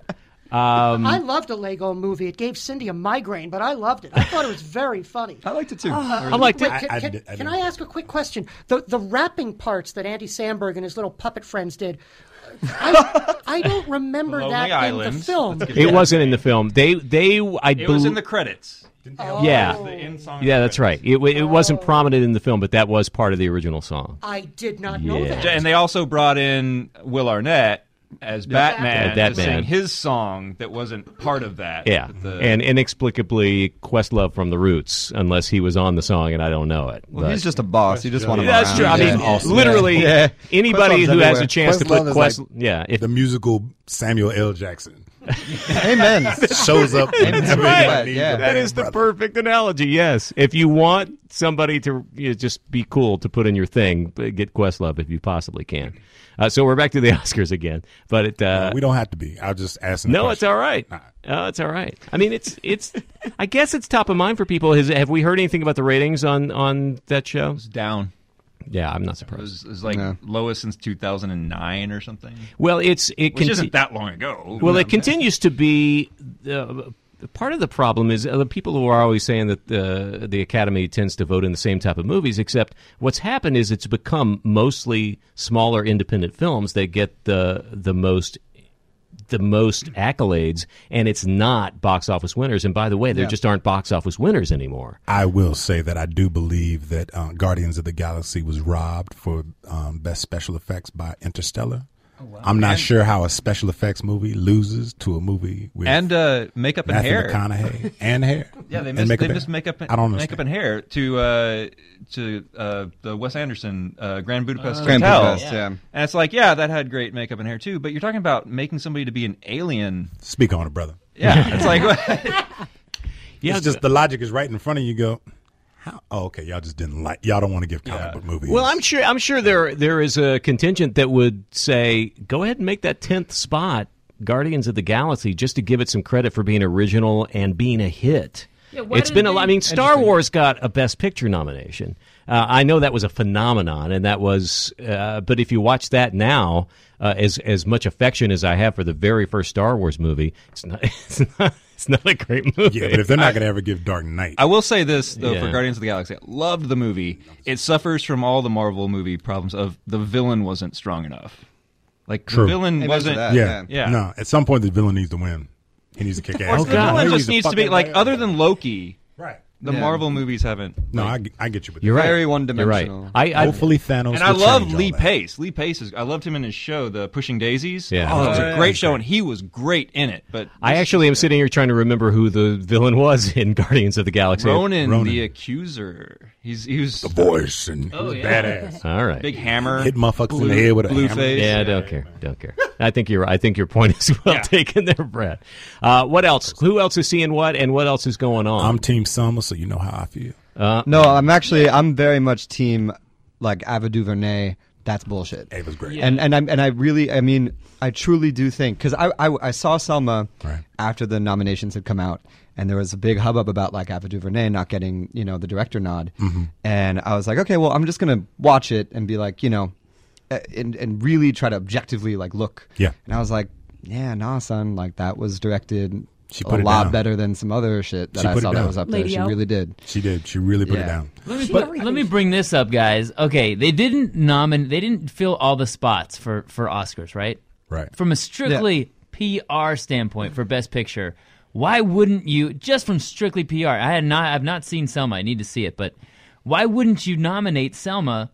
[SPEAKER 1] Um,
[SPEAKER 3] I loved the Lego movie. It gave Cindy a migraine, but I loved it. I thought it was very funny.
[SPEAKER 6] I liked it too.
[SPEAKER 4] Oh.
[SPEAKER 1] I liked it.
[SPEAKER 3] Wait, can,
[SPEAKER 5] I- I
[SPEAKER 3] can-
[SPEAKER 5] did- I
[SPEAKER 3] can
[SPEAKER 5] did.
[SPEAKER 3] I ask a quick question? The the rapping parts that Andy Samberg and his little puppet friends did, I, I don't remember
[SPEAKER 8] Lonely
[SPEAKER 3] that in the
[SPEAKER 8] Islands.
[SPEAKER 3] film.
[SPEAKER 1] It wasn't in the film. They they I
[SPEAKER 8] It was
[SPEAKER 1] bel-
[SPEAKER 8] in the credits.
[SPEAKER 4] Oh.
[SPEAKER 1] yeah
[SPEAKER 8] The end song
[SPEAKER 1] yeah that's right.
[SPEAKER 8] credits.
[SPEAKER 1] It wa- it wasn't prominent in the film, but that was part of the original song.
[SPEAKER 3] I did not know
[SPEAKER 1] Yeah.
[SPEAKER 3] that.
[SPEAKER 8] And they also brought in Will Arnett as Batman,
[SPEAKER 1] Batman.
[SPEAKER 8] to
[SPEAKER 1] Batman.
[SPEAKER 8] sing his song that wasn't part of that.
[SPEAKER 1] Yeah,
[SPEAKER 8] The-
[SPEAKER 1] and inexplicably Questlove from the Roots, unless he was on the song and I don't know it.
[SPEAKER 6] Well,
[SPEAKER 1] but-
[SPEAKER 6] he's just a boss. You just want him
[SPEAKER 1] That's
[SPEAKER 6] around.
[SPEAKER 1] true. I
[SPEAKER 6] Yeah.
[SPEAKER 1] mean,
[SPEAKER 6] Awesome.
[SPEAKER 1] literally,
[SPEAKER 6] Yeah.
[SPEAKER 1] anybody
[SPEAKER 6] Questlove's
[SPEAKER 1] who has a
[SPEAKER 6] everywhere.
[SPEAKER 1] chance to put
[SPEAKER 5] Questlove is
[SPEAKER 1] Quest,
[SPEAKER 5] like
[SPEAKER 1] yeah, if,
[SPEAKER 5] The musical Samuel L. Jackson
[SPEAKER 6] Amen.
[SPEAKER 5] shows up. whenever
[SPEAKER 1] right.
[SPEAKER 5] anybody needs
[SPEAKER 6] Yeah.
[SPEAKER 5] a
[SPEAKER 1] that
[SPEAKER 5] band
[SPEAKER 1] is the
[SPEAKER 5] brother.
[SPEAKER 1] perfect analogy. Yes, if you want somebody to you know, just be cool to put in your thing, uh, get Questlove if you possibly can. Uh, so we're back to the Oscars again, but it. Uh,
[SPEAKER 5] we don't have to be. I'll just ask. him the
[SPEAKER 1] no, it's
[SPEAKER 5] question.
[SPEAKER 1] all right. Oh, it's all right. I mean, it's it's. I guess it's top of mind for people. Has, have we heard anything about the ratings on on that show?
[SPEAKER 8] It's down.
[SPEAKER 1] Yeah, I'm not
[SPEAKER 8] It
[SPEAKER 1] surprised.
[SPEAKER 8] was, it was like lowest since 2009 or something,
[SPEAKER 1] Well, it's it
[SPEAKER 8] which
[SPEAKER 1] conti-
[SPEAKER 8] isn't that long ago.
[SPEAKER 1] Well, it continues to be uh, part of the problem is uh, the people who are always saying that uh, the Academy tends to vote in the same type of movies. Except what's happened is it's become mostly smaller independent films that get the the most the most accolades, and it's not box office winners. And by the way, there just aren't box office winners anymore.
[SPEAKER 5] I will say that I do believe that uh, Guardians of the Galaxy was robbed for um, best special effects by Interstellar.
[SPEAKER 1] Oh,
[SPEAKER 5] I'm not sure how a special effects movie loses to a movie with
[SPEAKER 8] and uh, makeup and
[SPEAKER 5] Matthew
[SPEAKER 8] hair.
[SPEAKER 5] McConaughey and hair.
[SPEAKER 8] Yeah, they
[SPEAKER 5] And
[SPEAKER 8] missed, they
[SPEAKER 5] and-
[SPEAKER 8] missed makeup.
[SPEAKER 5] I don't understand.
[SPEAKER 8] makeup and hair to uh, to uh, the Wes Anderson uh, Grand Budapest
[SPEAKER 6] Grand
[SPEAKER 8] Hotel.
[SPEAKER 6] Budapest, yeah.
[SPEAKER 8] And it's like, yeah, that had great makeup and hair too. But you're talking about making somebody to be an alien.
[SPEAKER 5] Speak on it, brother.
[SPEAKER 8] Yeah, it's like
[SPEAKER 5] it's just the logic is right in front of you. You Go. How? Oh, okay. Y'all just didn't like. Y'all don't want to give comic book movies.
[SPEAKER 1] Well, I'm sure. I'm sure there there is a contingent that would say, "Go ahead and make that tenth spot, Guardians of the Galaxy, just to give it some credit for being original and being a hit."
[SPEAKER 7] why
[SPEAKER 1] it's
[SPEAKER 7] didn't
[SPEAKER 1] been a lot. I
[SPEAKER 7] they-
[SPEAKER 1] mean, Star Wars got a Best Picture nomination. Uh, I know that was a phenomenon, and that was. Uh, but if you watch that now, uh, as as much affection as I have for the very first Star Wars movie, it's not. It's not. It's not a great movie.
[SPEAKER 5] yeah, but if they're not going to ever give Dark Knight,
[SPEAKER 8] I will say this though
[SPEAKER 1] Yeah.
[SPEAKER 8] for Guardians of the Galaxy, I loved the movie. It suffers from all the Marvel movie problems of the villain wasn't strong enough. Like
[SPEAKER 5] True.
[SPEAKER 8] the villain
[SPEAKER 6] Amen to
[SPEAKER 8] wasn't.
[SPEAKER 6] that.
[SPEAKER 5] yeah,
[SPEAKER 8] Yeah.
[SPEAKER 5] No, at some point the villain needs to win. He needs to kick ass.
[SPEAKER 8] The villain
[SPEAKER 5] He's
[SPEAKER 8] just
[SPEAKER 5] the
[SPEAKER 8] needs to be
[SPEAKER 5] fucking
[SPEAKER 8] like
[SPEAKER 5] man.
[SPEAKER 8] other than Loki.
[SPEAKER 5] Right.
[SPEAKER 8] The Marvel movies haven't.
[SPEAKER 5] No, I, get- I get you. With
[SPEAKER 1] You're
[SPEAKER 5] that.
[SPEAKER 1] right.
[SPEAKER 6] Very
[SPEAKER 1] You're right.
[SPEAKER 6] one-dimensional.
[SPEAKER 1] I, I
[SPEAKER 5] Hopefully Thanos.
[SPEAKER 8] And I
[SPEAKER 5] will
[SPEAKER 8] love
[SPEAKER 5] change all
[SPEAKER 8] Lee
[SPEAKER 5] that.
[SPEAKER 8] Pace. Lee Pace is. I loved him in his show, The Pushing Daisies.
[SPEAKER 1] Yeah.
[SPEAKER 8] oh, it was
[SPEAKER 1] Oh,
[SPEAKER 8] a great show, and he was great in it. But
[SPEAKER 1] I actually am sitting here trying to remember who the villain was in Guardians of the Galaxy.
[SPEAKER 8] Ronan,
[SPEAKER 5] Ronan.
[SPEAKER 8] the Accuser. He's he was
[SPEAKER 5] The voice and
[SPEAKER 8] Oh,
[SPEAKER 5] he was badass.
[SPEAKER 1] All right.
[SPEAKER 8] big hammer.
[SPEAKER 5] Hit motherfuckers in the head with a
[SPEAKER 8] blue
[SPEAKER 5] hammer.
[SPEAKER 8] face.
[SPEAKER 1] yeah, I don't care. Don't care. I think you're. I think your point is well
[SPEAKER 8] Yeah.
[SPEAKER 1] taken there, Brad. Uh, what else? Who else is seeing what, and what else is going on?
[SPEAKER 5] I'm Team Summer, so you know how I feel.
[SPEAKER 6] No, I'm actually I'm very much team like Ava DuVernay. That's bullshit.
[SPEAKER 5] It was great.
[SPEAKER 6] And and I and I really I mean I truly do think because I, I I saw Selma
[SPEAKER 5] Right.
[SPEAKER 6] after the nominations had come out and there was a big hubbub about like Ava DuVernay not getting you know the director nod
[SPEAKER 5] Mm-hmm.
[SPEAKER 6] and I was like okay well I'm just gonna watch it and be like you know uh, and and really try to objectively like look
[SPEAKER 5] Yeah.
[SPEAKER 6] and I was like yeah nah son like that was directed
[SPEAKER 5] She
[SPEAKER 6] a
[SPEAKER 5] put it
[SPEAKER 6] lot
[SPEAKER 5] down.
[SPEAKER 6] better than some other shit that
[SPEAKER 5] She
[SPEAKER 6] I
[SPEAKER 5] put it
[SPEAKER 6] saw that
[SPEAKER 5] down.
[SPEAKER 6] was up
[SPEAKER 4] Lady
[SPEAKER 6] there
[SPEAKER 4] O.
[SPEAKER 6] she really did
[SPEAKER 5] She did. She really put it
[SPEAKER 6] Yeah.
[SPEAKER 5] down.
[SPEAKER 7] Let me, but, let me bring this up, guys. Okay, they didn't nominate, they didn't fill all the spots for for Oscars, right?
[SPEAKER 5] Right.
[SPEAKER 7] From a strictly PR standpoint for Best Picture, why wouldn't you just from strictly PR? I had not, I've not seen Selma. I need to see it, but why wouldn't you nominate Selma?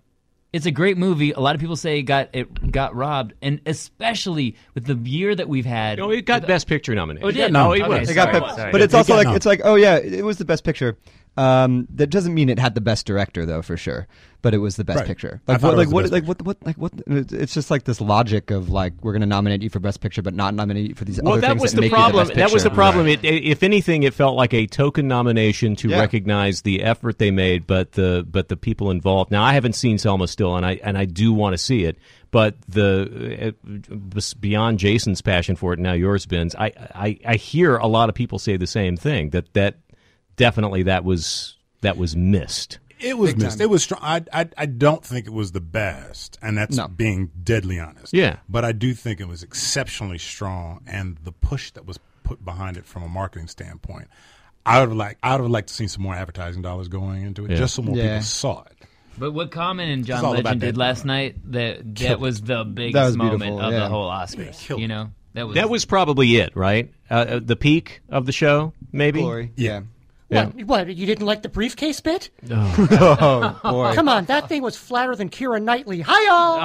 [SPEAKER 7] It's a great movie. A lot of people say it got it got robbed, and especially with the year that we've had.
[SPEAKER 1] No, it got Best Picture nomination.
[SPEAKER 7] Oh, it did?
[SPEAKER 1] No,
[SPEAKER 7] Oh,
[SPEAKER 1] it
[SPEAKER 7] okay,
[SPEAKER 1] was.
[SPEAKER 6] It got
[SPEAKER 7] Sorry.
[SPEAKER 6] pep-
[SPEAKER 7] Sorry.
[SPEAKER 6] but it's
[SPEAKER 5] It
[SPEAKER 6] also
[SPEAKER 5] did
[SPEAKER 6] like
[SPEAKER 5] not.
[SPEAKER 6] it's like oh yeah, it was the best picture. Um, that doesn't mean it had the best director though for sure, but it was the best
[SPEAKER 5] Right.
[SPEAKER 6] picture.
[SPEAKER 5] I
[SPEAKER 6] Like
[SPEAKER 5] thought
[SPEAKER 6] what,
[SPEAKER 5] it
[SPEAKER 6] like
[SPEAKER 5] was the
[SPEAKER 6] what,
[SPEAKER 5] best
[SPEAKER 6] like what, what, like what? It's just like this logic of like we're gonna nominate you for best picture, but not nominate you for these
[SPEAKER 1] Well,
[SPEAKER 6] other
[SPEAKER 1] that
[SPEAKER 6] things
[SPEAKER 1] was
[SPEAKER 6] that
[SPEAKER 1] the
[SPEAKER 6] make
[SPEAKER 1] problem.
[SPEAKER 6] You the best
[SPEAKER 1] that was the
[SPEAKER 6] picture.
[SPEAKER 1] problem. It, it- if anything, it felt like a token nomination to
[SPEAKER 6] Yeah.
[SPEAKER 1] recognize the effort they made, but the but the people involved. Now, I haven't seen Selma still, and I and I do want to see it. But the uh, bes- beyond Jason's passion for it, and now yours, Ben's. I, I I hear a lot of people say the same thing that that definitely that was that was missed.
[SPEAKER 5] It was missed. It was strong. I, I I don't think it was the best, and that's
[SPEAKER 6] No.
[SPEAKER 5] being deadly honest.
[SPEAKER 1] Yeah.
[SPEAKER 5] but I do think it was exceptionally strong, and the push that was put behind it from a marketing standpoint. I would have like I would have liked to see some more advertising dollars going into it, just so more
[SPEAKER 6] Yeah.
[SPEAKER 5] people saw it.
[SPEAKER 7] But what Common and John
[SPEAKER 5] all
[SPEAKER 7] Legend
[SPEAKER 5] about
[SPEAKER 7] did
[SPEAKER 5] that.
[SPEAKER 7] last night, that that was the biggest
[SPEAKER 6] That was
[SPEAKER 7] moment
[SPEAKER 6] beautiful,
[SPEAKER 7] of the
[SPEAKER 6] yeah.
[SPEAKER 7] whole Oscars. you know, that was
[SPEAKER 1] That was probably it, right? Uh, Uh, the peak of the show, maybe.
[SPEAKER 6] Glory. Yeah.
[SPEAKER 3] What? What? You didn't like the briefcase bit?
[SPEAKER 6] Oh boy.
[SPEAKER 3] Come on, that thing was flatter than Kira Knightley. Hi all.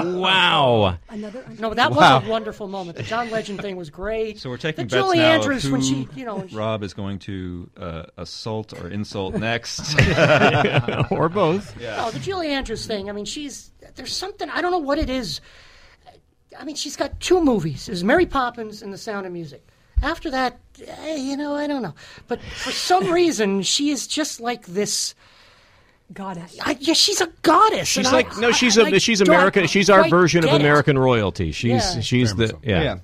[SPEAKER 1] Oh wow!
[SPEAKER 4] Another.
[SPEAKER 3] No, that was a wonderful moment. The John Legend thing was great.
[SPEAKER 8] So we're taking
[SPEAKER 3] the
[SPEAKER 8] bets
[SPEAKER 3] Julie
[SPEAKER 8] now of
[SPEAKER 3] Andrews
[SPEAKER 8] who
[SPEAKER 3] when she, you know, when she-
[SPEAKER 8] Rob is going to uh, assault or insult next.
[SPEAKER 1] or both.
[SPEAKER 3] No, oh, the Julie Andrews thing. I mean, she's there's something I don't know what it is. I mean, she's got two movies: is Mary Poppins and The Sound of Music. After that, eh, you know, I don't know. But for some reason, she is just like this.
[SPEAKER 4] Goddess.
[SPEAKER 3] I, yeah, she's a goddess.
[SPEAKER 1] She's
[SPEAKER 3] and I-
[SPEAKER 1] like no,
[SPEAKER 3] I-
[SPEAKER 1] she's
[SPEAKER 3] I-
[SPEAKER 1] a
[SPEAKER 3] I
[SPEAKER 1] she's
[SPEAKER 3] don't
[SPEAKER 1] America. She's our
[SPEAKER 3] quite
[SPEAKER 1] version of
[SPEAKER 3] get it.
[SPEAKER 1] American royalty. She's
[SPEAKER 3] Yeah.
[SPEAKER 1] she's
[SPEAKER 5] Very
[SPEAKER 1] the
[SPEAKER 5] much so.
[SPEAKER 1] yeah.
[SPEAKER 6] Yeah.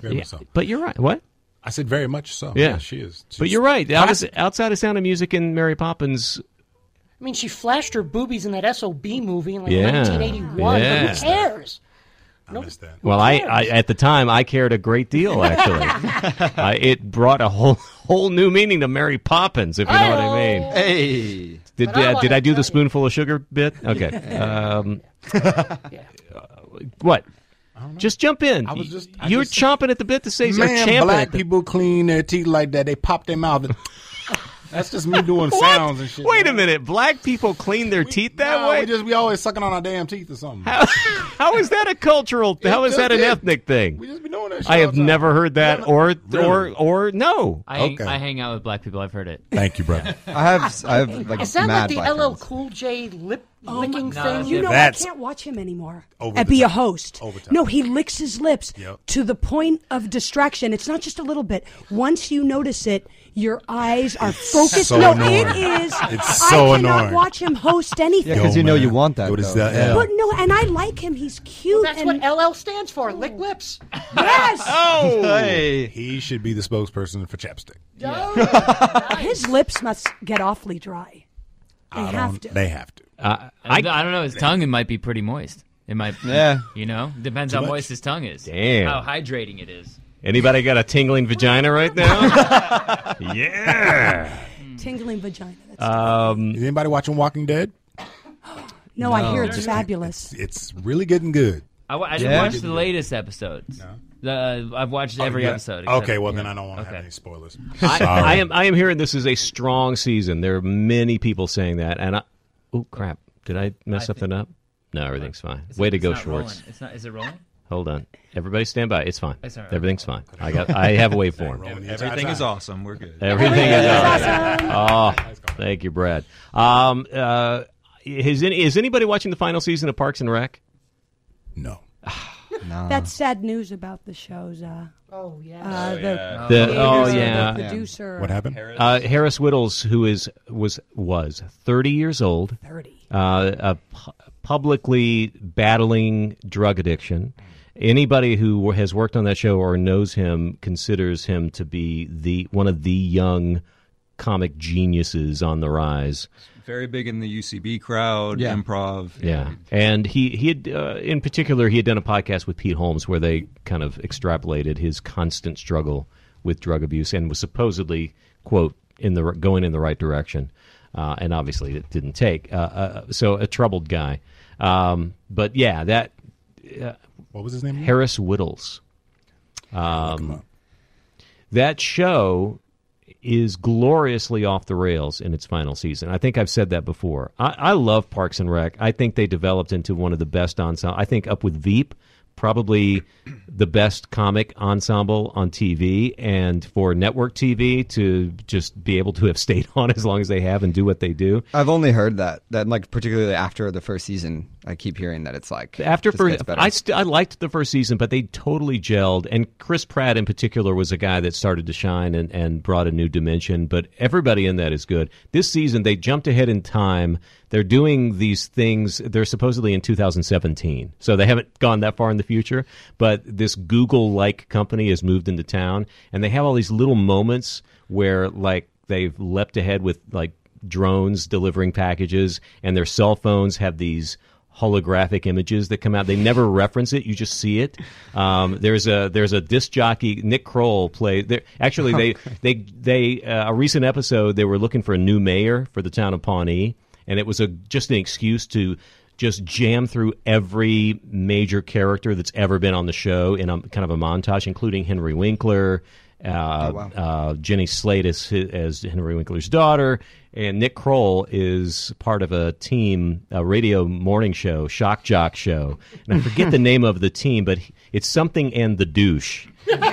[SPEAKER 5] Very
[SPEAKER 1] Yeah,
[SPEAKER 5] much so.
[SPEAKER 1] But you're right. What?
[SPEAKER 5] I said very much so.
[SPEAKER 1] Yeah.
[SPEAKER 5] she is. She's
[SPEAKER 1] But you're right. Out
[SPEAKER 5] classic.
[SPEAKER 1] of, outside of Sound of Music and Mary Poppins,
[SPEAKER 3] I mean, she flashed her boobies in that SOB movie in like
[SPEAKER 1] Yeah.
[SPEAKER 3] 1981.
[SPEAKER 1] Yeah.
[SPEAKER 3] But who cares?
[SPEAKER 5] I missed that.
[SPEAKER 1] well, I, I at the time I cared a great deal. Actually, I, it brought a whole whole new meaning to Mary Poppins, if you know what I mean.
[SPEAKER 6] Hey.
[SPEAKER 1] Did
[SPEAKER 3] Oh, But I
[SPEAKER 1] uh, did I do the
[SPEAKER 3] wanna tell you-
[SPEAKER 1] spoonful of sugar bit? Okay. Um, what? Just jump in.
[SPEAKER 5] I was just- I
[SPEAKER 1] You're
[SPEAKER 5] just-
[SPEAKER 1] chomping at the bit to say, or
[SPEAKER 5] Man,
[SPEAKER 1] champing
[SPEAKER 5] black
[SPEAKER 1] at the
[SPEAKER 5] people clean their teeth like that. They pop their mouth. That's just me doing sounds and shit.
[SPEAKER 1] Wait a
[SPEAKER 5] man.
[SPEAKER 1] minute, black people clean their teeth that
[SPEAKER 5] Nah,
[SPEAKER 1] way?
[SPEAKER 5] We just we always sucking on our damn teeth or something.
[SPEAKER 1] how is that a cultural? how is
[SPEAKER 5] just
[SPEAKER 1] that an
[SPEAKER 5] is.
[SPEAKER 1] ethnic thing?
[SPEAKER 5] we just be doing that. Shit
[SPEAKER 1] I
[SPEAKER 5] all
[SPEAKER 1] have
[SPEAKER 5] the time.
[SPEAKER 1] never heard that, or or or no.
[SPEAKER 7] I, hang,
[SPEAKER 5] Okay.
[SPEAKER 7] I hang out with black people. I've heard it.
[SPEAKER 5] Thank you, brother.
[SPEAKER 6] I have, I have like
[SPEAKER 3] Is that
[SPEAKER 6] mad
[SPEAKER 3] like the
[SPEAKER 6] black
[SPEAKER 3] LL
[SPEAKER 6] friends.
[SPEAKER 3] Cool J lip licking thing?
[SPEAKER 7] no, that's
[SPEAKER 4] Oh You know,
[SPEAKER 5] Um, That's-
[SPEAKER 4] I can't watch him anymore.
[SPEAKER 5] Over
[SPEAKER 4] and
[SPEAKER 5] the
[SPEAKER 4] be a
[SPEAKER 5] top.
[SPEAKER 4] host.
[SPEAKER 5] Over top.
[SPEAKER 4] No, he licks his lips
[SPEAKER 5] Yep.
[SPEAKER 4] to the point of distraction. It's not just a little bit. Once you notice it, your eyes are focused.
[SPEAKER 5] so
[SPEAKER 4] no,
[SPEAKER 5] annoying.
[SPEAKER 4] it is.
[SPEAKER 5] It's so
[SPEAKER 4] I cannot
[SPEAKER 5] annoying.
[SPEAKER 4] watch him host anything.
[SPEAKER 6] Yeah, 'cause
[SPEAKER 5] Yo,
[SPEAKER 6] you know
[SPEAKER 5] man.
[SPEAKER 6] you want that,
[SPEAKER 5] What is
[SPEAKER 6] though.
[SPEAKER 5] that?
[SPEAKER 6] Yeah.
[SPEAKER 5] L?
[SPEAKER 4] But no, and I like him. He's cute.
[SPEAKER 3] That's
[SPEAKER 4] and
[SPEAKER 3] what LL stands for. Lick lips.
[SPEAKER 4] yes,
[SPEAKER 7] Hey.
[SPEAKER 5] He should be the spokesperson for chapstick.
[SPEAKER 1] Oh,
[SPEAKER 4] his lips must get awfully dry. They
[SPEAKER 5] I
[SPEAKER 4] have
[SPEAKER 5] don't-
[SPEAKER 4] to.
[SPEAKER 5] They have to.
[SPEAKER 1] I,
[SPEAKER 7] I,
[SPEAKER 1] I-
[SPEAKER 7] I don't know. His tongue it might be pretty moist. It might.
[SPEAKER 6] Yeah.
[SPEAKER 7] You know, depends how
[SPEAKER 5] much?
[SPEAKER 7] moist his tongue is.
[SPEAKER 1] Damn.
[SPEAKER 7] How hydrating it is.
[SPEAKER 1] anybody got a tingling vagina right now? yeah.
[SPEAKER 4] Tingling vagina. That's
[SPEAKER 1] Um,
[SPEAKER 5] Is anybody watching Walking Dead?
[SPEAKER 4] no, I hear it's fabulous.
[SPEAKER 5] It's really getting good.
[SPEAKER 7] I, wa- I didn't
[SPEAKER 6] Yeah.
[SPEAKER 7] watch the latest episodes. The- I've watched every
[SPEAKER 5] Oh, Yeah.
[SPEAKER 7] episode.
[SPEAKER 5] Okay,
[SPEAKER 7] except-
[SPEAKER 5] well
[SPEAKER 7] yeah.
[SPEAKER 5] then I don't want to
[SPEAKER 7] Okay.
[SPEAKER 5] have any spoilers.
[SPEAKER 1] I,
[SPEAKER 5] Sorry.
[SPEAKER 1] I am I am hearing this is a strong season. There are many people saying that, and I, oh crap, did I mess something up? No, everything's fine. Way to
[SPEAKER 7] It's
[SPEAKER 1] go,
[SPEAKER 7] not
[SPEAKER 1] Schwartz.
[SPEAKER 7] rolling. It's not. Is it rolling?
[SPEAKER 1] Hold on, everybody, stand by. It's fine.
[SPEAKER 7] It's all right.
[SPEAKER 1] Everything's fine. I got. I have waveform.
[SPEAKER 5] Rolling the entire
[SPEAKER 8] Everything
[SPEAKER 5] time.
[SPEAKER 8] is awesome. We're good.
[SPEAKER 1] Everything is all right. Oh, thank you, Brad. Um, uh, is, any, is anybody watching the final season of Parks and Rec?
[SPEAKER 5] No.
[SPEAKER 4] That's sad news about the shows. Uh,
[SPEAKER 3] Oh yeah.
[SPEAKER 4] uh, the
[SPEAKER 1] The-
[SPEAKER 4] creator,
[SPEAKER 1] oh
[SPEAKER 4] the
[SPEAKER 1] yeah,
[SPEAKER 4] producer.
[SPEAKER 5] What happened?
[SPEAKER 1] uh, Harris Whittles, who is was was thirty years old,
[SPEAKER 4] Thirty.
[SPEAKER 1] uh, uh, pu- publicly battling drug addiction. Anybody who has worked on that show or knows him considers him to be the one of the young comic geniuses on the rise.
[SPEAKER 8] Very big in the UCB crowd,
[SPEAKER 6] Yeah.
[SPEAKER 8] improv.
[SPEAKER 1] Yeah, and he he had uh, in particular he had done a podcast with Pete Holmes where they kind of extrapolated his constant struggle with drug abuse and was supposedly quote in the r- going in the right direction, uh, and obviously it didn't take. Uh, uh, so a troubled guy, um, but yeah, that
[SPEAKER 5] What was his name?
[SPEAKER 1] Harris Whittles.
[SPEAKER 5] Look him up.
[SPEAKER 1] that show is gloriously off the rails in its final season. I think I've said that before. I, I love Parks and Rec. I think they developed into one of the best ensemble. I think up with Veep, probably the best comic ensemble on TV, and for network TV to just be able to have stayed on as long as they have and do what they do.
[SPEAKER 6] I've only heard that that like particularly after the first season, I keep hearing that it's like
[SPEAKER 1] after
[SPEAKER 6] just
[SPEAKER 1] first,
[SPEAKER 6] gets better.
[SPEAKER 1] I st- I liked the first season, but they totally gelled. And Chris Pratt in particular was a guy that started to shine and, and brought a new dimension. But everybody in that is good. This season they jumped ahead in time. They're doing these things. They're supposedly in 2017, so they haven't gone that far in the future. But this Google-like company has moved into town, and they have all these little moments where like they've leapt ahead with like drones delivering packages, and their cell phones have these holographic images that come out. They never reference it; you just see it. Um, there's a there's a disc jockey Nick Kroll play. there- Actually, they they they uh, a recent episode they were looking for a new mayor for the town of Pawnee, and it was a just an excuse to just jam through every major character that's ever been on the show in a kind of a montage, including Henry Winkler. Uh, uh, Jenny Slate as, as Henry Winkler's daughter, and Nick Kroll is part of a team, a radio morning show, shock jock show, and I forget the name of the team, but he- it's something and the douche,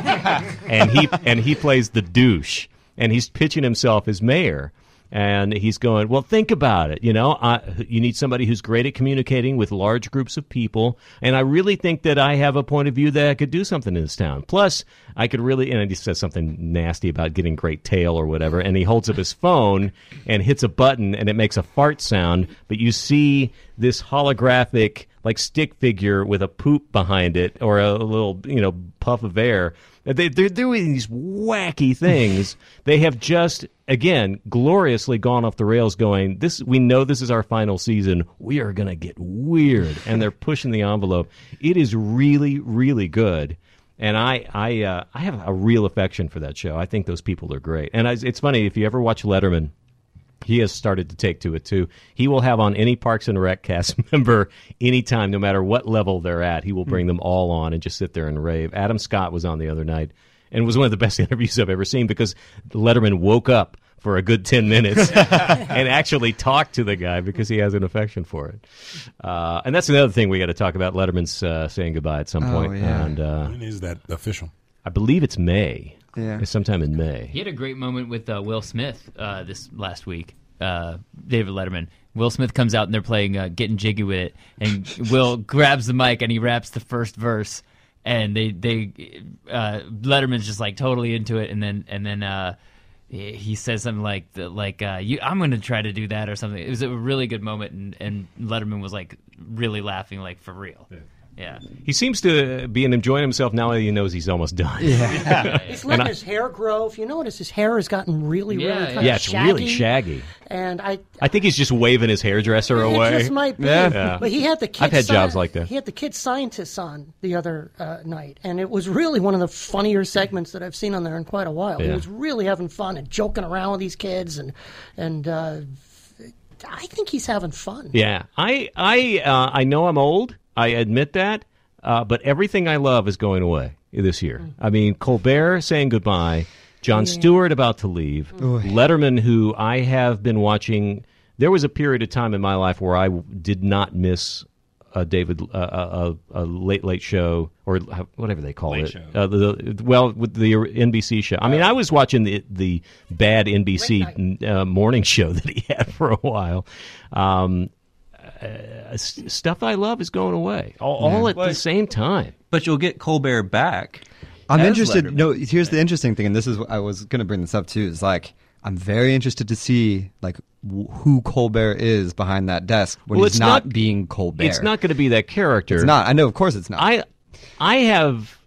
[SPEAKER 1] and he and he plays the douche, and he's pitching himself as mayor. And he's going, well, think about it. You know, I, you need somebody who's great at communicating with large groups of people. And I really think that I have a point of view that I could do something in this town. Plus, I could really, and he says something nasty about getting great tail or whatever. And he holds up his phone and hits a button and it makes a fart sound. But you see this holographic, like stick figure with a poop behind it or a little you know puff of air. They, they're doing these wacky things. they have just again gloriously gone off the rails. Going this, we know this is our final season. We are gonna get weird, and they're pushing the envelope. It is really, really good. And I, I, uh, I have a real affection for that show. I think those people are great. And I, it's funny if you ever watch Letterman, he has started to take to it too. He will have on any Parks and Rec cast member anytime, no matter what level they're at. He will
[SPEAKER 6] Hmm.
[SPEAKER 1] bring them all on and just sit there and rave. Adam Scott was on the other night and was one of the best interviews I've ever seen because Letterman woke up for a good 10 minutes and actually talk to the guy because he has an affection for it. Uh, and that's another thing we got to talk about Letterman's uh, saying goodbye at some
[SPEAKER 6] Oh,
[SPEAKER 1] point.
[SPEAKER 6] yeah.
[SPEAKER 1] And uh,
[SPEAKER 5] When is that official?
[SPEAKER 1] I believe it's May.
[SPEAKER 6] Yeah.
[SPEAKER 1] It's sometime in May.
[SPEAKER 7] He had a great moment with uh, Will Smith uh, this last week. Uh, David Letterman. Will Smith comes out and they're playing uh, "Getting Jiggy with It," and Will grabs the mic and he raps the first verse. And they they uh, Letterman's just like totally into it, and then and then uh, he he says something like the- like uh, you, I'm going to try to do that or something. It was a really good moment, and, and Letterman was like really laughing like for real. Yeah,
[SPEAKER 1] He seems to be enjoying himself now that he knows he's almost done.
[SPEAKER 3] He's letting
[SPEAKER 1] I-
[SPEAKER 3] Uh, his hair grow. If you notice, his hair has gotten really,
[SPEAKER 7] Yeah,
[SPEAKER 3] really
[SPEAKER 7] yeah.
[SPEAKER 3] kind of
[SPEAKER 1] Yeah, it's
[SPEAKER 3] shaggy.
[SPEAKER 1] really shaggy.
[SPEAKER 3] And I,
[SPEAKER 1] I think he's just waving his hairdresser away.
[SPEAKER 3] It just might be.
[SPEAKER 1] Yeah. Yeah.
[SPEAKER 3] But he had the kid
[SPEAKER 1] I've had jobs like that.
[SPEAKER 3] He had the kid scientists on the other uh, night, and it was really one of the funnier segments that I've seen on there in quite a while. He
[SPEAKER 1] Yeah.
[SPEAKER 3] was really having fun and joking around with these kids, and and uh, I think he's having fun.
[SPEAKER 1] Yeah, I I uh, I know I'm old. I admit that, uh, but everything I love is going away this year. I mean, Colbert saying goodbye, John Stewart about to leave, Letterman, who I have been watching. There was a period of time in my life where I w- did not miss a David uh, a, a a late late show or h- whatever they call it. Uh, the, the- well, with the NBC show. I mean, I was watching the the bad NBC uh, morning show that he had for a while. Um, uh, s- stuff I love is going away all, all at the same time.
[SPEAKER 8] But you'll get Colbert back.
[SPEAKER 6] I'm
[SPEAKER 8] as
[SPEAKER 6] interested.
[SPEAKER 8] Letterman.
[SPEAKER 6] No, here's the interesting thing, and this is I was going to bring this up too. Is like I'm very interested to see like wh- who Colbert is behind that desk when
[SPEAKER 1] Well,
[SPEAKER 6] he's
[SPEAKER 1] it's
[SPEAKER 6] not,
[SPEAKER 1] not-
[SPEAKER 6] being Colbert.
[SPEAKER 1] It's not going to be that character.
[SPEAKER 6] It's not. I know. Of course, it's not.
[SPEAKER 1] I I have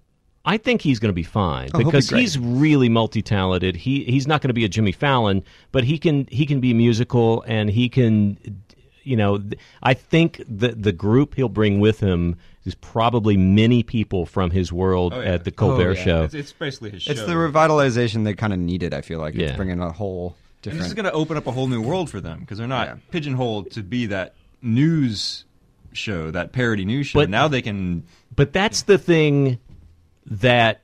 [SPEAKER 1] I think he's going to be fine
[SPEAKER 6] Oh, he'll be
[SPEAKER 1] because
[SPEAKER 6] great.
[SPEAKER 1] he's really multi-talented. He he's not going to be a Jimmy Fallon, but he can he can be musical and he can you know th- I think the the group he'll bring with him is probably many people from his world
[SPEAKER 8] yeah.
[SPEAKER 1] at the Colbert
[SPEAKER 6] Oh, yeah.
[SPEAKER 1] show.
[SPEAKER 8] It's, it's basically his show.
[SPEAKER 6] It's the revitalization they kind of needed. I feel like it's
[SPEAKER 1] Yeah.
[SPEAKER 6] bringing a whole
[SPEAKER 8] and
[SPEAKER 6] different.
[SPEAKER 8] this is going to open up a whole new world for them because they're not pigeonholed to be that news show, that parody news show.
[SPEAKER 1] But-
[SPEAKER 8] now they can.
[SPEAKER 1] But that's the thing that,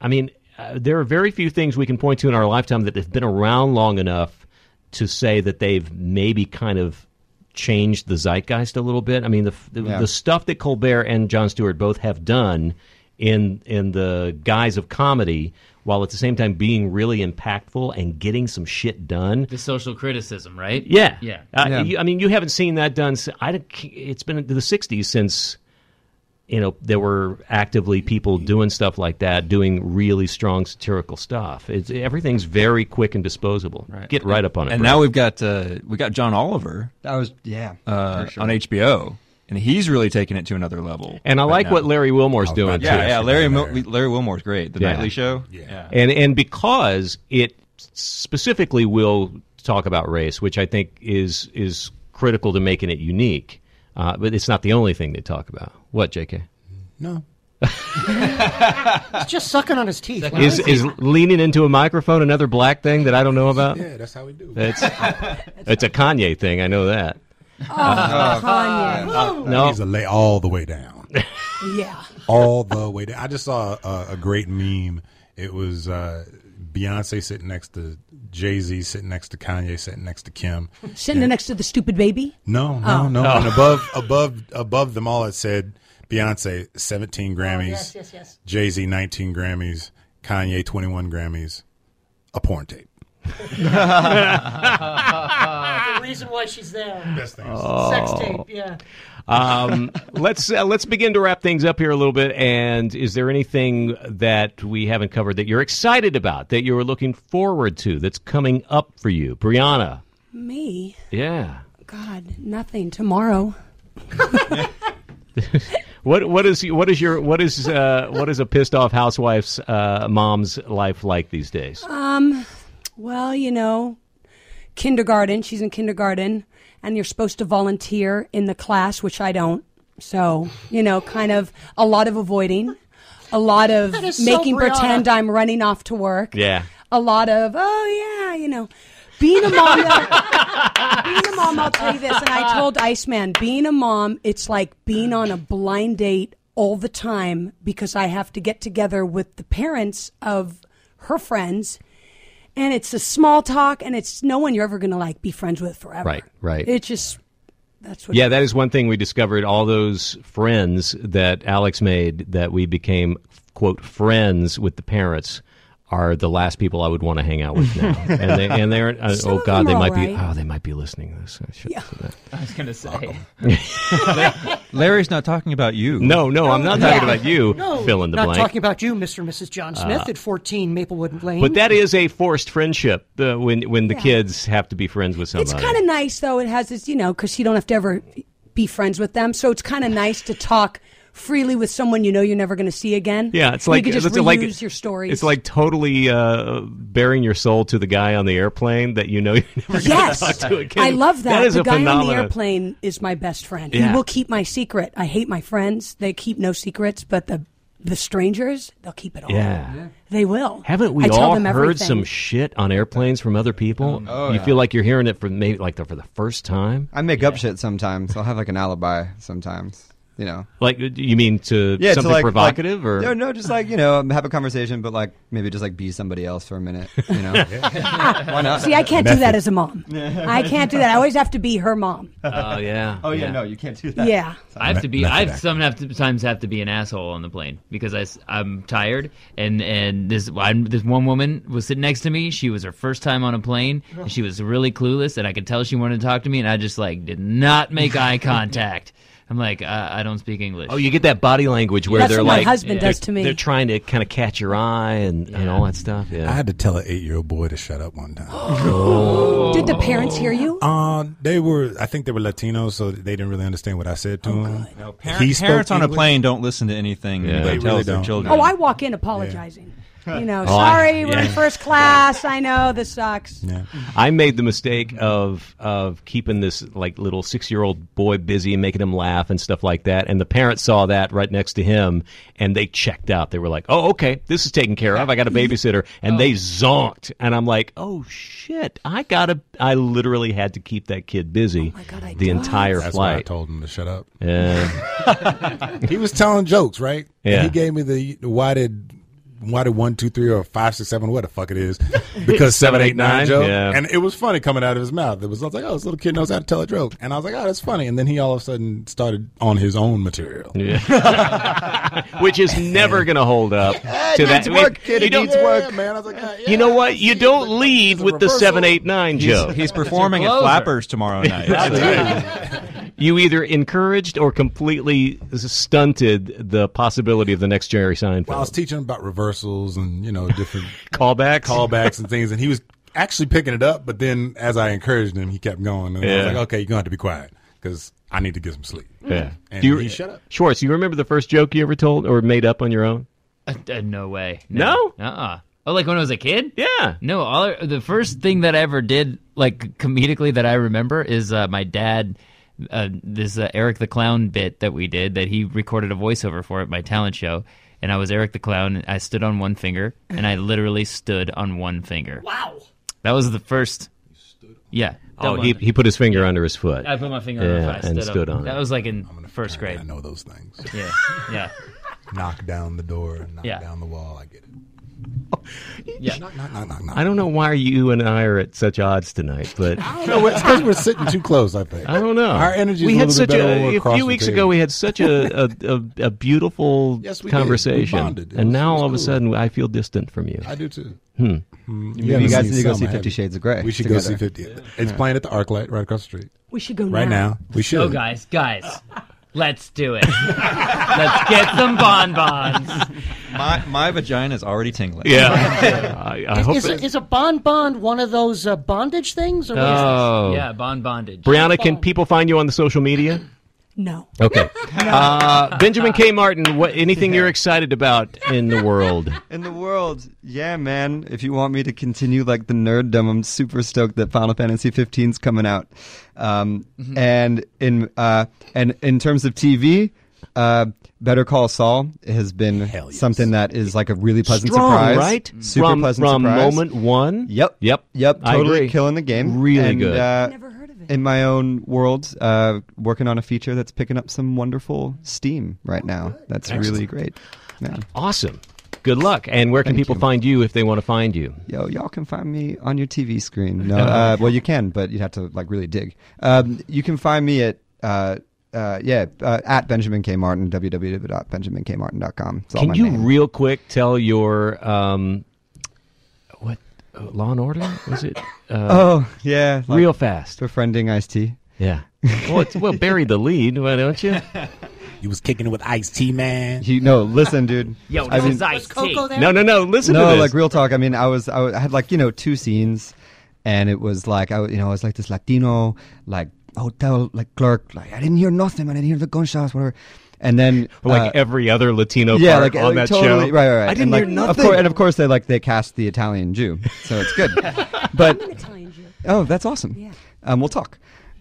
[SPEAKER 1] I mean, uh, there are very few things we can point to in our lifetime that have been around long enough to say that they've maybe kind of changed the zeitgeist a little bit. I mean, the the,
[SPEAKER 6] Yeah.
[SPEAKER 1] the stuff that Colbert and John Stewart both have done in in the guise of comedy, while at the same time being really impactful and getting some shit done.
[SPEAKER 7] the social criticism, right?
[SPEAKER 1] Yeah,
[SPEAKER 7] yeah.
[SPEAKER 1] Uh,
[SPEAKER 6] Yeah.
[SPEAKER 1] You, I mean, you haven't seen that done. si- I don't, c- it's been into the '60s since you know there were actively people doing stuff like that, doing really strong satirical stuff. It's, everything's very quick and disposable. Get right up on it.
[SPEAKER 8] And
[SPEAKER 1] bro.
[SPEAKER 8] now we've got uh, we got John Oliver
[SPEAKER 6] I was yeah.
[SPEAKER 8] uh, on HBO, and he's really taking it to another level.
[SPEAKER 1] and I
[SPEAKER 8] right
[SPEAKER 1] like
[SPEAKER 8] now.
[SPEAKER 1] what Larry Wilmore's doing.
[SPEAKER 5] about
[SPEAKER 1] too.
[SPEAKER 8] Yeah, yeah. Larry Mil-
[SPEAKER 5] Larry.
[SPEAKER 8] Larry Wilmore's great. The
[SPEAKER 1] Yeah.
[SPEAKER 8] Nightly Show.
[SPEAKER 5] Yeah.
[SPEAKER 1] and and because it specifically will talk about race, which I think is is critical to making it unique. Uh, but it's not the only thing they talk about. What, J.K.
[SPEAKER 5] No.
[SPEAKER 3] He's just sucking on his teeth. Wow.
[SPEAKER 1] Is is leaning into a microphone another black thing that I don't know about?
[SPEAKER 5] Yeah, that's how we do.
[SPEAKER 1] It's it's a Kanye thing. I know that.
[SPEAKER 8] Uh,
[SPEAKER 4] Kanye.
[SPEAKER 1] No,
[SPEAKER 5] He's a lay all the way down.
[SPEAKER 4] Yeah.
[SPEAKER 5] all the way down. I just saw a, a great meme. It was uh, Beyonce sitting next to Jay Z, sitting next to Kanye, sitting next to Kim.
[SPEAKER 4] Sitting next to the stupid baby.
[SPEAKER 5] No, no, no. And above, above, above them all, it said Beyonce seventeen Grammys,
[SPEAKER 3] yes, yes, yes.
[SPEAKER 5] Jay Z nineteen Grammys, Kanye twenty one Grammys, a porn tape.
[SPEAKER 3] The reason why she's there.
[SPEAKER 5] Best thing.
[SPEAKER 3] Sex tape. Yeah.
[SPEAKER 1] um, let's uh, let's begin to wrap things up here a little bit. And is there anything that we haven't covered that you're excited about that you were looking forward to that's coming up for you, Brianna?
[SPEAKER 4] Me.
[SPEAKER 1] Yeah.
[SPEAKER 4] God, nothing. Tomorrow.
[SPEAKER 1] What what is what is your what is uh, what is a pissed off housewife's uh, mom's life like these days?
[SPEAKER 5] Uh,
[SPEAKER 4] Well, you know, kindergarten. She's in kindergarten, and you're supposed to volunteer in the class, which I don't. So, you know, kind of a lot of avoiding, a lot of
[SPEAKER 3] That is so
[SPEAKER 4] making
[SPEAKER 3] Brianna.
[SPEAKER 4] pretend I'm running off to work.
[SPEAKER 1] Yeah.
[SPEAKER 4] A lot of, oh, yeah, you know, being a mom. though- being a mom, I'll tell you this. And I told Iceman, being a mom, it's like being on a blind date all the time because I have to get together with the parents of her friends and it's a small talk, and it's no one you're ever gonna like be friends with forever.
[SPEAKER 1] Right, right.
[SPEAKER 4] It's just that's what.
[SPEAKER 1] Yeah, that is one thing we discovered. All those friends that Alex made that we became, quote, friends with the parents are the last people I would want to hang out with now. and, they, and they're, uh,
[SPEAKER 4] Some
[SPEAKER 1] oh
[SPEAKER 4] of
[SPEAKER 1] God,
[SPEAKER 4] them
[SPEAKER 1] they
[SPEAKER 4] are
[SPEAKER 1] might be,
[SPEAKER 4] alright.
[SPEAKER 1] oh, they might be listening to this. I should yeah. that.
[SPEAKER 7] I was gonna say.
[SPEAKER 8] Larry's not talking about you.
[SPEAKER 1] No, no, I'm not talking
[SPEAKER 3] Yeah.
[SPEAKER 1] about you, fill in the
[SPEAKER 3] not
[SPEAKER 1] blank.
[SPEAKER 3] talking about you, Mr. and Mrs. John Smith at 14 Maplewood Lane.
[SPEAKER 1] uh, but that is a forced friendship the, when when the kids have to be friends with somebody.
[SPEAKER 4] It's kind of nice though. It has this, you know, because you don't have to ever be friends with them. So it's kind of nice to talk freely with someone you know you're never going to see again.
[SPEAKER 1] Yeah, it's
[SPEAKER 4] And
[SPEAKER 1] like
[SPEAKER 4] you can just
[SPEAKER 1] it's
[SPEAKER 4] reuse
[SPEAKER 1] like
[SPEAKER 4] your stories.
[SPEAKER 1] It's like totally uh, bearing your soul to the guy on the airplane that you know you're never
[SPEAKER 4] yes,
[SPEAKER 1] going to talk to again.
[SPEAKER 4] I love that.
[SPEAKER 1] That is
[SPEAKER 4] the
[SPEAKER 1] a
[SPEAKER 4] guy on the
[SPEAKER 1] phenomenon.
[SPEAKER 4] airplane is my best friend.
[SPEAKER 1] Yeah.
[SPEAKER 4] He will keep my secret. I hate my friends; they keep no secrets. But the the strangers, they'll keep it all.
[SPEAKER 1] Yeah. Yeah.
[SPEAKER 4] they will.
[SPEAKER 1] Haven't we
[SPEAKER 4] I tell
[SPEAKER 1] all
[SPEAKER 4] them
[SPEAKER 1] heard
[SPEAKER 4] everything.
[SPEAKER 1] some shit on airplanes from other people?
[SPEAKER 6] Oh,
[SPEAKER 1] you feel like you're hearing it for maybe like the, for the first time.
[SPEAKER 6] I make up shit sometimes. I'll have like an alibi sometimes. You know,
[SPEAKER 1] Like you mean to
[SPEAKER 6] yeah, to,
[SPEAKER 1] something
[SPEAKER 6] like-
[SPEAKER 1] provocative
[SPEAKER 6] like-
[SPEAKER 1] or
[SPEAKER 6] no, no, just like you know, have a conversation, but like maybe just like be somebody else for a minute. You know, why not?
[SPEAKER 4] See, I can't do that as a mom. I can't do that. I always have to be her mom.
[SPEAKER 1] Oh yeah.
[SPEAKER 6] oh yeah, no, you can't do that.
[SPEAKER 4] Yeah.
[SPEAKER 7] I have to be.
[SPEAKER 5] Method
[SPEAKER 7] I
[SPEAKER 5] actor.
[SPEAKER 7] have some have to, sometimes have to be an asshole on the plane because I, am tired and and this I'm, this one woman was sitting next to me. She was her first time on a plane. And she was really clueless, and I could tell she wanted to talk to me, and I just like did not make eye contact. I'm like, "Uh, I, I don't speak English.
[SPEAKER 1] Oh, you get that body language where
[SPEAKER 4] That's
[SPEAKER 1] they're
[SPEAKER 4] what my
[SPEAKER 1] like
[SPEAKER 4] husband does
[SPEAKER 1] they're-
[SPEAKER 4] to me.
[SPEAKER 1] They're trying to kind of catch your eye and, and all that stuff.
[SPEAKER 5] I
[SPEAKER 1] Yeah.
[SPEAKER 5] had to tell an eight-year-old boy to shut up one time.
[SPEAKER 4] Did the parents hear you?
[SPEAKER 5] Uh, they were, I think they were Latinos, so they didn't really understand what I said to them. No,
[SPEAKER 8] Parent- parents on a plane don't listen to anything
[SPEAKER 1] Yeah.
[SPEAKER 8] they
[SPEAKER 1] They
[SPEAKER 8] tell
[SPEAKER 5] really
[SPEAKER 8] their
[SPEAKER 5] don't.
[SPEAKER 8] children.
[SPEAKER 4] Oh, I walk in apologizing. You know,
[SPEAKER 1] I-
[SPEAKER 4] sorry, we're in
[SPEAKER 1] yeah.
[SPEAKER 4] first class. I know this sucks.
[SPEAKER 5] Yeah.
[SPEAKER 1] I made the mistake of of keeping this like little six year old boy busy and making him laugh and stuff like that. And the parents saw that right next to him and they checked out. They were like, Oh, okay, this is taken care of. I got a babysitter and
[SPEAKER 6] Oh.
[SPEAKER 1] they zonked. And I'm like, Oh shit, I gotta I literally had to keep that kid
[SPEAKER 6] Oh
[SPEAKER 1] busy
[SPEAKER 4] God, I
[SPEAKER 1] the
[SPEAKER 4] did.
[SPEAKER 1] entire
[SPEAKER 5] That's why I
[SPEAKER 1] flight.
[SPEAKER 5] told him to shut up.
[SPEAKER 1] Yeah.
[SPEAKER 5] He was telling jokes, right? And
[SPEAKER 1] Yeah.
[SPEAKER 5] he gave me the why did why did one, two, three, or five, six, seven, what the fuck it is? Because seven, eight, nine joke.
[SPEAKER 1] Yeah.
[SPEAKER 5] And it was funny coming out of his mouth. It was I was like, oh, this little kid knows how to tell a joke. And I was like, oh, that's funny. And then he all of a sudden started on his own material.
[SPEAKER 1] Which is never gonna hold up to that.
[SPEAKER 6] needs work, kid,
[SPEAKER 1] You
[SPEAKER 6] it
[SPEAKER 1] don't
[SPEAKER 6] needs work.
[SPEAKER 5] Yeah, man. I was like, ah, yeah,
[SPEAKER 1] You know what? You
[SPEAKER 5] I see, but
[SPEAKER 1] don't
[SPEAKER 5] it's
[SPEAKER 1] lead
[SPEAKER 5] a
[SPEAKER 1] with the
[SPEAKER 5] reversal.
[SPEAKER 1] seven, eight, nine joke.
[SPEAKER 8] He's performing at
[SPEAKER 7] closer.
[SPEAKER 8] Flappers tomorrow night.
[SPEAKER 1] You either encouraged or completely stunted the possibility of the next Jerry Seinfeld.
[SPEAKER 5] Well, I was teaching him about reversals and, you know, different
[SPEAKER 1] Callbacks.
[SPEAKER 5] callbacks and things. And he was actually picking it up. But then as I encouraged him, he kept going. And I
[SPEAKER 1] Yeah.
[SPEAKER 5] was like, okay, you're going to have to be quiet because I need to get some sleep.
[SPEAKER 1] Yeah.
[SPEAKER 5] And
[SPEAKER 1] Do you,
[SPEAKER 5] he shut up.
[SPEAKER 1] Schwartz, you remember the first joke you ever told or made up on your own?
[SPEAKER 7] Uh, uh, no way.
[SPEAKER 1] No?
[SPEAKER 7] Uh. uh Oh, like when I was a kid.
[SPEAKER 1] Yeah.
[SPEAKER 7] No, all I- the first thing that I ever did, like comedically, that I remember is uh, my dad. Uh, this uh, Eric the Clown bit that we did that he recorded a voiceover for at my talent show, and I was Eric the Clown. And I stood on one finger, and I literally stood on one finger.
[SPEAKER 3] wow.
[SPEAKER 7] That was the first. Yeah.
[SPEAKER 1] Oh,
[SPEAKER 7] double
[SPEAKER 1] he,
[SPEAKER 7] under.
[SPEAKER 1] he put his finger under his foot.
[SPEAKER 7] I put my finger
[SPEAKER 1] Yeah,
[SPEAKER 7] on the
[SPEAKER 1] and
[SPEAKER 7] stood,
[SPEAKER 1] stood
[SPEAKER 7] on.
[SPEAKER 1] on
[SPEAKER 7] That
[SPEAKER 1] it.
[SPEAKER 7] was like in first grade.
[SPEAKER 5] I know those things.
[SPEAKER 7] Yeah. Yeah.
[SPEAKER 5] knock down the door, knock
[SPEAKER 7] Yeah.
[SPEAKER 5] down the wall. I get it.
[SPEAKER 7] Yeah.
[SPEAKER 5] Knock, knock, knock, knock, knock.
[SPEAKER 1] I don't know why you and I are at such odds tonight, but
[SPEAKER 5] I don't know. It's because we're sitting too close. I think.
[SPEAKER 1] I don't know.
[SPEAKER 5] Our energy.
[SPEAKER 1] We
[SPEAKER 5] is
[SPEAKER 1] had
[SPEAKER 5] a, little
[SPEAKER 1] such
[SPEAKER 5] bit better when we're
[SPEAKER 1] a,
[SPEAKER 5] across
[SPEAKER 1] few
[SPEAKER 5] the
[SPEAKER 1] weeks
[SPEAKER 5] table.
[SPEAKER 1] ago. We had such a a, a, a beautiful
[SPEAKER 5] Yes, we did. We
[SPEAKER 1] conversation,
[SPEAKER 5] bonded. It
[SPEAKER 1] and
[SPEAKER 5] was-
[SPEAKER 1] now
[SPEAKER 5] it was
[SPEAKER 1] all of a
[SPEAKER 5] cool.
[SPEAKER 1] sudden I feel distant from you.
[SPEAKER 5] I do too. Hmm.
[SPEAKER 6] you guys need to
[SPEAKER 5] haven't seen
[SPEAKER 6] go
[SPEAKER 5] some,
[SPEAKER 6] see
[SPEAKER 5] I
[SPEAKER 6] Fifty
[SPEAKER 5] haven't.
[SPEAKER 6] Shades of Grey
[SPEAKER 5] We should go see
[SPEAKER 6] together.
[SPEAKER 5] Fifty. It's playing at the ArcLight right across the street
[SPEAKER 4] We should go
[SPEAKER 5] right now. We should.
[SPEAKER 7] Oh, guys, guys, let's do it. let's get some bonbons.
[SPEAKER 8] my my vagina's already tingling.
[SPEAKER 1] Yeah, I, I hope
[SPEAKER 3] Is,
[SPEAKER 1] it-
[SPEAKER 3] is, is a bond bond one of those uh, bondage things? Or what is this?
[SPEAKER 1] Oh,
[SPEAKER 7] Yeah, bond bondage.
[SPEAKER 1] Brianna, can people find you on the social media?
[SPEAKER 4] No.
[SPEAKER 1] Okay. Uh, Benjamin K. Martin, what anything you're excited about in the world?
[SPEAKER 6] In the world, yeah, man. If you want me to continue like the nerddom, I'm super stoked that Final Fantasy 15's coming out. Um,
[SPEAKER 8] Mm-hmm.
[SPEAKER 6] And in uh, and in terms of TV, uh, Better Call Saul has been something that is like a really pleasant
[SPEAKER 1] Strong,
[SPEAKER 6] surprise,
[SPEAKER 1] right?
[SPEAKER 6] Super
[SPEAKER 1] from
[SPEAKER 6] pleasant
[SPEAKER 1] from
[SPEAKER 6] surprise.
[SPEAKER 1] moment one.
[SPEAKER 6] Yep.
[SPEAKER 1] Yep.
[SPEAKER 6] Yep.
[SPEAKER 1] I
[SPEAKER 6] Totally
[SPEAKER 1] agree.
[SPEAKER 6] killing the game.
[SPEAKER 1] Really
[SPEAKER 6] And,
[SPEAKER 1] good.
[SPEAKER 6] Uh,
[SPEAKER 4] Never heard of it.
[SPEAKER 6] in my own world, uh, working on a feature that's picking up some wonderful steam right now. That's really great. Yeah.
[SPEAKER 1] Awesome. Good luck. And where can
[SPEAKER 6] Thank
[SPEAKER 1] people
[SPEAKER 6] you.
[SPEAKER 1] find you if they want to find you?
[SPEAKER 6] Yo, y'all can find me on your TV screen. No, uh, well, you can, but you'd have to like really dig. Um, you can find me at uh, uh, yeah uh, at Benjamin K Martin www.benjaminkmartin.com. It's all
[SPEAKER 1] Can
[SPEAKER 6] my
[SPEAKER 1] you
[SPEAKER 6] name.
[SPEAKER 1] real quick tell your um, what uh, Law and Order was it? Uh,
[SPEAKER 6] oh yeah, like
[SPEAKER 1] real fast.
[SPEAKER 6] befriending Ice T.
[SPEAKER 1] Yeah. Well, it's, well, bury the lead, why don't you?
[SPEAKER 5] You was kicking it with Ice T, man.
[SPEAKER 6] You no, listen, dude.
[SPEAKER 7] Yo,
[SPEAKER 6] I
[SPEAKER 7] this
[SPEAKER 6] mean-
[SPEAKER 7] is Ice T.
[SPEAKER 3] Coco there?
[SPEAKER 1] No, no, no. Listen
[SPEAKER 6] no,
[SPEAKER 1] to this.
[SPEAKER 6] like real talk. I mean, I was, I was- I had like you know two scenes, and it was like I, you know, I was like this Latino like hotel like clerk. Like I didn't hear nothing. I didn't hear the gunshots, whatever. And then
[SPEAKER 1] like
[SPEAKER 6] uh,
[SPEAKER 1] every other Latino
[SPEAKER 6] yeah,
[SPEAKER 1] part
[SPEAKER 6] like
[SPEAKER 1] on
[SPEAKER 6] uh,
[SPEAKER 1] that
[SPEAKER 6] totally,
[SPEAKER 1] show.
[SPEAKER 6] Right, right, right.
[SPEAKER 1] I didn't
[SPEAKER 6] and, like,
[SPEAKER 1] hear nothing.
[SPEAKER 6] Of course, and of course, they like they cast the Italian Jew, so it's good. but
[SPEAKER 4] Italian Jew.
[SPEAKER 6] oh, that's awesome.
[SPEAKER 4] Yeah.
[SPEAKER 6] Um, we'll talk.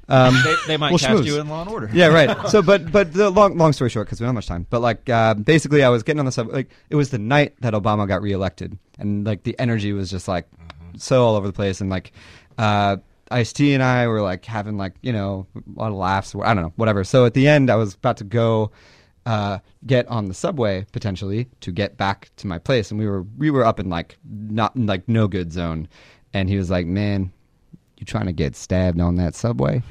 [SPEAKER 6] Um,
[SPEAKER 8] They, they might
[SPEAKER 6] Well,
[SPEAKER 8] cast
[SPEAKER 6] schmooze.
[SPEAKER 8] you in Law and Order.
[SPEAKER 6] yeah, right. So, but but the long long story short, because we don't have much time. But like, uh, basically, I was getting on the subway. Like, it was the night that Obama got reelected, and like the energy was just like so all over the place. And like, uh, Ice T and I were like having like you know a lot of laughs. Or, I don't know, whatever. So at the end, I was about to go. Uh, get on the subway potentially to get back to my place, and we were we were up in like not like no good zone, and he was like, "Man, you trying to get stabbed on that subway?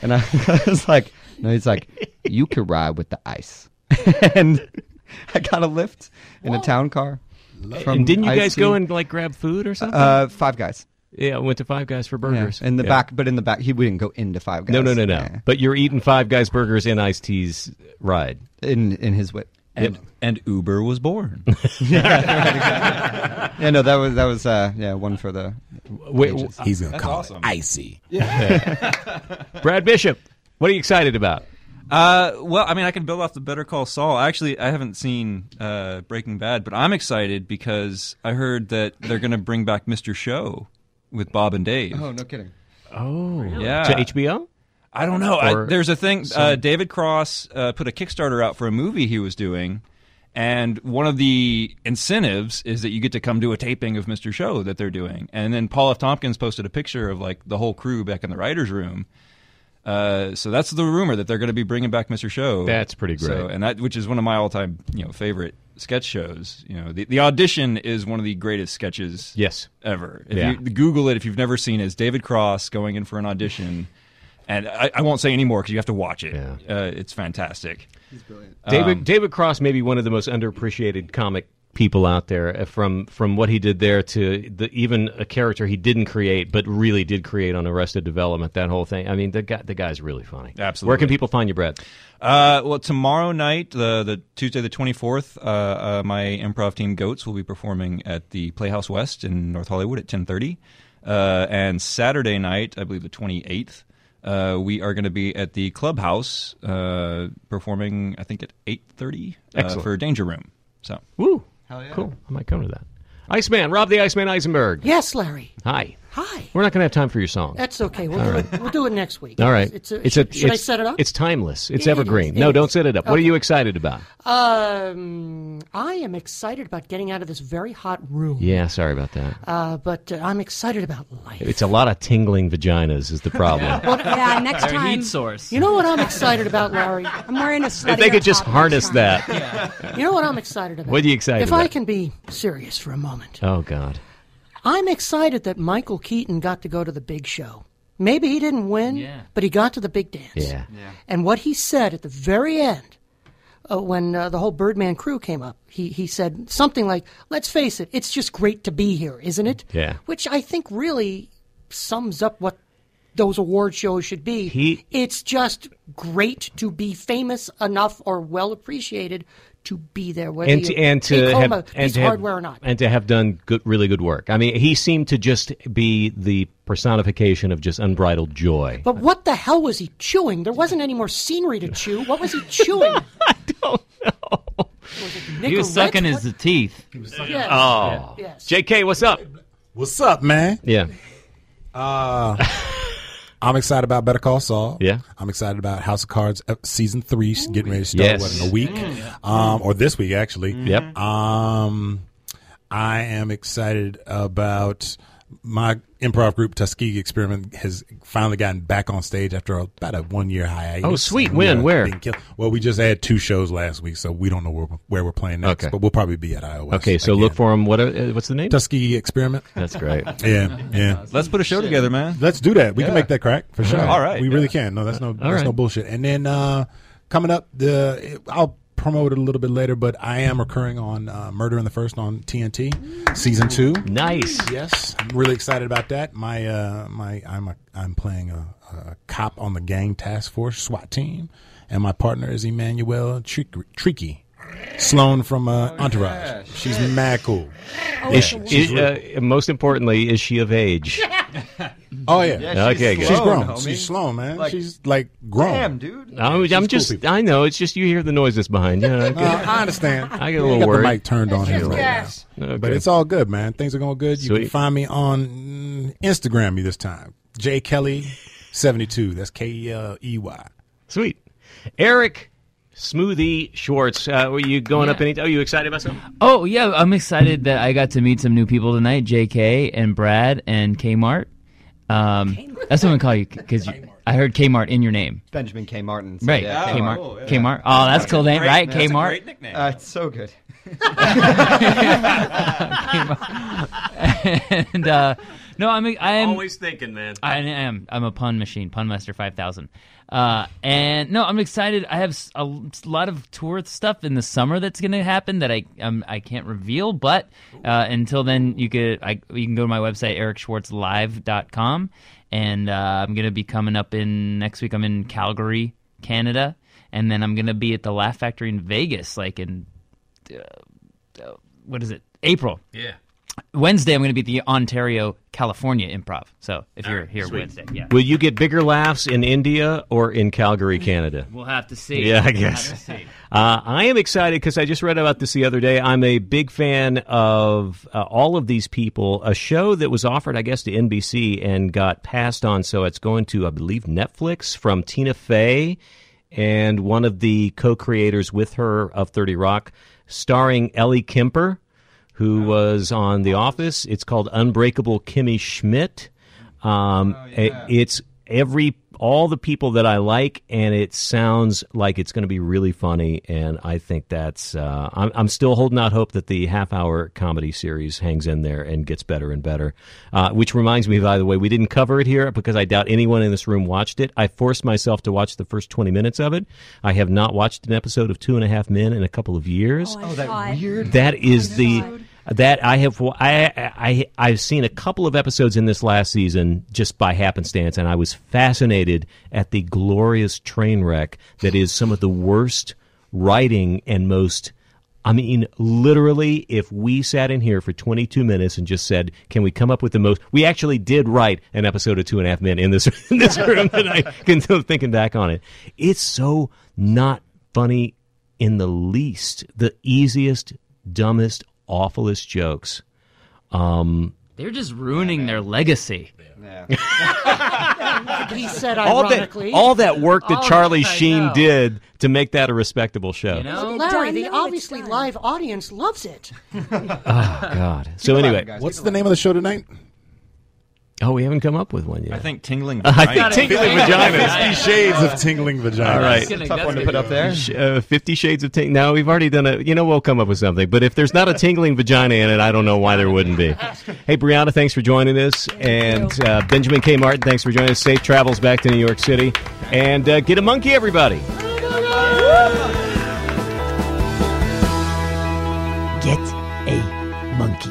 [SPEAKER 6] And I, was like, no, he's like, you could ride with the ice. and I got a lift in a town car. from
[SPEAKER 1] And didn't you guys
[SPEAKER 6] Ice-T.
[SPEAKER 1] go and like grab food or something?
[SPEAKER 6] Uh, Five Guys.
[SPEAKER 1] yeah, I went to Five Guys for
[SPEAKER 6] Yeah.
[SPEAKER 1] burgers.
[SPEAKER 6] In the
[SPEAKER 1] Yeah.
[SPEAKER 6] back, but in the back, he we didn't go into Five Guys.
[SPEAKER 1] No, no, no, no.
[SPEAKER 6] Yeah.
[SPEAKER 1] But you're eating Five Guys burgers in Ice T's ride.
[SPEAKER 6] In in his whip.
[SPEAKER 8] And, and Uber was born.
[SPEAKER 6] Yeah, no, that was that was uh, yeah one for the.
[SPEAKER 1] Wait,
[SPEAKER 6] Ages.
[SPEAKER 5] He's gonna call
[SPEAKER 8] awesome.
[SPEAKER 5] it icy.
[SPEAKER 1] Brad Bishop, what are you excited about?
[SPEAKER 8] Uh, well, I mean, I can build off the Better Call Saul. Actually, I haven't seen uh, Breaking Bad, but I'm excited because I heard that they're going to bring back Mr. Show with Bob and Dave.
[SPEAKER 6] Oh no, kidding.
[SPEAKER 1] Oh,
[SPEAKER 8] Yeah.
[SPEAKER 1] to HBO.
[SPEAKER 8] I don't know. I,
[SPEAKER 1] Or
[SPEAKER 8] there's a thing. Uh, David Cross uh, put a Kickstarter out for a movie he was doing, and one of the incentives is that you get to come do a taping of Mr. Show that they're doing. And then Paul F. Tompkins posted a picture of like the whole crew back in the writers' room. Uh, so that's the rumor that they're going to be bringing back Mr. Show.
[SPEAKER 1] That's pretty
[SPEAKER 8] So-
[SPEAKER 1] great.
[SPEAKER 8] and that which is one of my all-time you know favorite sketch shows. You know, the, the audition is one of the greatest sketches
[SPEAKER 1] Yes.
[SPEAKER 8] ever. If
[SPEAKER 1] Yeah.
[SPEAKER 8] you Google it if you've never seen it. It's David Cross going in for an audition, and I, I won't say any more because you have to watch it.
[SPEAKER 1] Yeah.
[SPEAKER 8] Uh, it's fantastic.
[SPEAKER 1] David David Cross may be one of the most underappreciated comic people out there. uh, From from what he did there to the, even a character he didn't create, but really did create on Arrested Development. That whole thing. I mean, the guy the guy's really funny.
[SPEAKER 8] Absolutely.
[SPEAKER 1] Where can people find you, Brad?
[SPEAKER 8] Uh, well, tomorrow night, the the Tuesday the twenty fourth, uh, uh, my improv team Goats will be performing at the Playhouse West in North Hollywood at ten thirty, uh, and Saturday night, I believe the twenty eighth. Uh, we are going to be at the clubhouse uh, performing, I think, at eight thirty uh,
[SPEAKER 1] Excellent.
[SPEAKER 8] for Danger Room. So
[SPEAKER 1] Woo! Cool. I might come to that. Iceman, Rob the Iceman Eisenberg.
[SPEAKER 3] Yes, Larry.
[SPEAKER 1] Hi.
[SPEAKER 3] Hi.
[SPEAKER 1] We're not going to have time for your song.
[SPEAKER 3] That's okay. We'll, do, it, we'll do it next week.
[SPEAKER 1] All right.
[SPEAKER 3] It's a, should should I
[SPEAKER 1] it's-
[SPEAKER 3] set it up?
[SPEAKER 1] It's timeless. It's
[SPEAKER 3] Yeah, it
[SPEAKER 1] evergreen.
[SPEAKER 3] is, it
[SPEAKER 1] no,
[SPEAKER 3] is.
[SPEAKER 1] don't set it up. What are you excited about?
[SPEAKER 3] Um, I am excited about getting out of this very hot room.
[SPEAKER 1] Yeah, sorry about that.
[SPEAKER 3] Uh, but uh, I'm excited about life.
[SPEAKER 1] it's a lot of tingling vaginas is the problem.
[SPEAKER 4] Yeah, next
[SPEAKER 7] Their
[SPEAKER 4] time.
[SPEAKER 7] heat source.
[SPEAKER 3] You know what I'm excited about, Larry?
[SPEAKER 4] I'm wearing a sweater.
[SPEAKER 1] if they could just harness that.
[SPEAKER 3] You know what I'm excited about?
[SPEAKER 1] What are you excited
[SPEAKER 3] If I
[SPEAKER 1] about?
[SPEAKER 3] can be serious for a moment,
[SPEAKER 1] Oh God.
[SPEAKER 3] I'm excited that Michael Keaton got to go to the big show. Maybe he didn't win,
[SPEAKER 7] Yeah.
[SPEAKER 3] but he got to the big dance.
[SPEAKER 1] Yeah.
[SPEAKER 3] And what he said at the very end, uh, when uh, the whole Birdman crew came up, he, he said something like, Let's face it, it's just great to be here, isn't it?
[SPEAKER 1] Yeah.
[SPEAKER 3] Which I think really sums up what those award shows should be.
[SPEAKER 1] He-
[SPEAKER 3] it's just great to be famous enough or well appreciated to be there, whether
[SPEAKER 1] And
[SPEAKER 3] you
[SPEAKER 1] to, and to
[SPEAKER 3] take
[SPEAKER 1] have
[SPEAKER 3] home a piece
[SPEAKER 1] and
[SPEAKER 3] of
[SPEAKER 1] to have-
[SPEAKER 3] hardware or not.
[SPEAKER 1] and to have done good, really good work. I mean, he seemed to just be the personification of just unbridled joy.
[SPEAKER 3] But what the hell was he chewing? There wasn't any more scenery to chew. What was he chewing? I don't know.
[SPEAKER 7] He was sucking his uh, teeth.
[SPEAKER 3] Yes.
[SPEAKER 1] Oh,
[SPEAKER 3] Yes.
[SPEAKER 1] J.K., what's up?
[SPEAKER 5] What's up, man?
[SPEAKER 1] Yeah,
[SPEAKER 5] I'm excited about Better Call Saul.
[SPEAKER 1] Yeah.
[SPEAKER 5] I'm excited about House of Cards uh, season three getting ready to start
[SPEAKER 1] Yes. Mm.
[SPEAKER 5] what, in a week, um, or this week Mm. actually.
[SPEAKER 1] Yep.
[SPEAKER 5] Um, I am excited about my improv group Tuskegee Experiment has finally gotten back on stage after about a one year hiatus.
[SPEAKER 1] Oh, sweet.
[SPEAKER 5] And we
[SPEAKER 1] When?
[SPEAKER 5] are
[SPEAKER 1] Where?
[SPEAKER 5] being killed. Well, we just had two shows last week, so we don't know where, where we're playing next.
[SPEAKER 1] Okay.
[SPEAKER 5] But we'll probably be at Iowa.
[SPEAKER 1] Okay, so look for him. What? Uh, what's the name?
[SPEAKER 5] Tuskegee Experiment.
[SPEAKER 1] That's great.
[SPEAKER 5] Yeah, yeah.
[SPEAKER 8] Let's put a show together, man.
[SPEAKER 5] Let's do that. We can make that crack for sure.
[SPEAKER 8] All right,
[SPEAKER 5] we
[SPEAKER 8] yeah.
[SPEAKER 5] really can. No, that's no that's
[SPEAKER 1] right.
[SPEAKER 5] no bullshit. And then uh, coming up, the I'll promote it a little bit later, but I am recurring on uh, Murder in the First on TNT season two.
[SPEAKER 1] Nice.
[SPEAKER 5] Yes, I'm really excited about that. My uh, my I'm a I'm playing a, a cop on the gang task force SWAT team, and my partner is Emmanuel Tricky. Sloan from uh, Entourage. She's mad cool.
[SPEAKER 1] Is she- is- uh, most importantly, is she of age?
[SPEAKER 5] Oh, yeah.
[SPEAKER 1] Okay, good.
[SPEAKER 5] She's grown.
[SPEAKER 6] homie.
[SPEAKER 5] She's Sloan, man.
[SPEAKER 6] Like-
[SPEAKER 5] She's like
[SPEAKER 1] Oh.
[SPEAKER 5] grown.
[SPEAKER 6] Damn, dude.
[SPEAKER 1] I'm, I'm
[SPEAKER 5] cool
[SPEAKER 1] just.
[SPEAKER 5] people.
[SPEAKER 1] I know. It's just you hear the noises behind you. I
[SPEAKER 5] Uh,
[SPEAKER 1] get-
[SPEAKER 5] I understand.
[SPEAKER 1] I get a
[SPEAKER 5] You
[SPEAKER 1] little
[SPEAKER 5] got
[SPEAKER 1] worried.
[SPEAKER 5] The mic turned on here right
[SPEAKER 3] gas.
[SPEAKER 5] now.
[SPEAKER 1] Okay.
[SPEAKER 5] But it's all good, man. Things are going good. You can
[SPEAKER 1] Sweet.
[SPEAKER 5] find me on mm, Instagram me this time. J Kelly seventy two. That's K E L E Y.
[SPEAKER 1] Sweet. Eric Smoothie Schwartz, uh, were you going up any? Oh, you excited about something?
[SPEAKER 7] Oh yeah, I'm excited that I got to meet some new people tonight. J.K. and Brad and Kmart. Um, that's what I'm gonna call you because I heard Kmart in your name.
[SPEAKER 6] Benjamin K. Martin. so
[SPEAKER 7] Right,
[SPEAKER 6] yeah,
[SPEAKER 7] Kmart. Kmart. Oh, that's a cool name, right? Kmart.
[SPEAKER 8] nickname.
[SPEAKER 6] Uh, it's so good.
[SPEAKER 7] and uh, no, I'm I'm
[SPEAKER 1] thinking, man.
[SPEAKER 7] I am. I'm a pun machine, pun master five thousand. Uh, and no, I'm excited. I have s- a l- s- lot of tour stuff in the summer that's going to happen that I um, I can't reveal. But uh, until then, you could I, you can go to my website ericschwartzlive.com, and uh, I'm going to be coming up in next week. I'm in Calgary, Canada, and then I'm going to be at the Laugh Factory in Vegas, like in uh, what is it? April. Yeah. Wednesday, I'm going to be at the Ontario, California Improv. So if
[SPEAKER 6] Ah,
[SPEAKER 7] you're here Wednesday, yeah.
[SPEAKER 1] Will you get bigger laughs in India or in Calgary, Canada?
[SPEAKER 7] We'll have to see.
[SPEAKER 1] Yeah, I
[SPEAKER 7] We'll have to
[SPEAKER 1] guess.
[SPEAKER 7] see.
[SPEAKER 1] Uh, I am excited because I just read about this the other day. I'm a big fan of uh, all of these people. A show that was offered, I guess, to NBC and got passed on, so it's going to, I believe, Netflix from Tina Fey and one of the co-creators with her of Thirty Rock, starring Ellie Kemper, who was on The Office. It's called Unbreakable Kimmy Schmidt. Um, it- it's every all the people that I like, and it sounds like it's going to be really funny. And I think that's uh, I'm, I'm still holding out hope that the half hour comedy series hangs in there and gets better and better. Uh, which reminds me, by the way, we didn't cover it here because I doubt anyone in this room watched it. I forced myself to watch the first 20 minutes of it. I have not watched an episode of Two and a Half Men in a couple of years.
[SPEAKER 4] Oh, that
[SPEAKER 1] That is the that I have I I I've seen a couple of episodes in this last season just by happenstance, and I was fascinated at the glorious train wreck that is some of the worst writing and most. I mean, literally, if we sat in here for 22 minutes and just said, "Can we come up with the most?" We actually did write an episode of Two and a Half Men in this in this room tonight. Can- Thinking back on it, it's so not funny in the least, the easiest, dumbest, awfulest jokes.
[SPEAKER 7] They're just ruining their legacy.
[SPEAKER 3] But he said
[SPEAKER 1] All that,
[SPEAKER 3] ironically.
[SPEAKER 1] all that work that
[SPEAKER 7] All
[SPEAKER 1] Charlie
[SPEAKER 7] that I
[SPEAKER 1] Sheen
[SPEAKER 7] know.
[SPEAKER 1] did to make that a respectable show.
[SPEAKER 7] You know?
[SPEAKER 3] "Oh, Larry,
[SPEAKER 4] Done,
[SPEAKER 3] the
[SPEAKER 4] though, it's
[SPEAKER 3] obviously
[SPEAKER 4] done.
[SPEAKER 3] live audience loves it.
[SPEAKER 1] God. So anyway,
[SPEAKER 6] guys.
[SPEAKER 5] What's the name of the show tonight?
[SPEAKER 1] oh, we haven't come up with one yet.
[SPEAKER 8] I think tingling.
[SPEAKER 1] I
[SPEAKER 8] vagina.
[SPEAKER 1] think tingling vagina.
[SPEAKER 5] Fifty Shades of Tingling Vagina.
[SPEAKER 1] All right.
[SPEAKER 7] That's
[SPEAKER 6] Tough
[SPEAKER 7] gonna-
[SPEAKER 6] one to
[SPEAKER 7] that's
[SPEAKER 6] put up there.
[SPEAKER 1] Uh, Fifty Shades of Ting. No, we've already done a. You know, we'll come up with something. But if there's not a tingling vagina in it, I don't know why there wouldn't be. Hey, Brianna, thanks for joining us, and uh, Benjamin K. Martin, thanks for joining us. Safe travels back to New York City, and uh, get a monkey, everybody.
[SPEAKER 2] Get a monkey.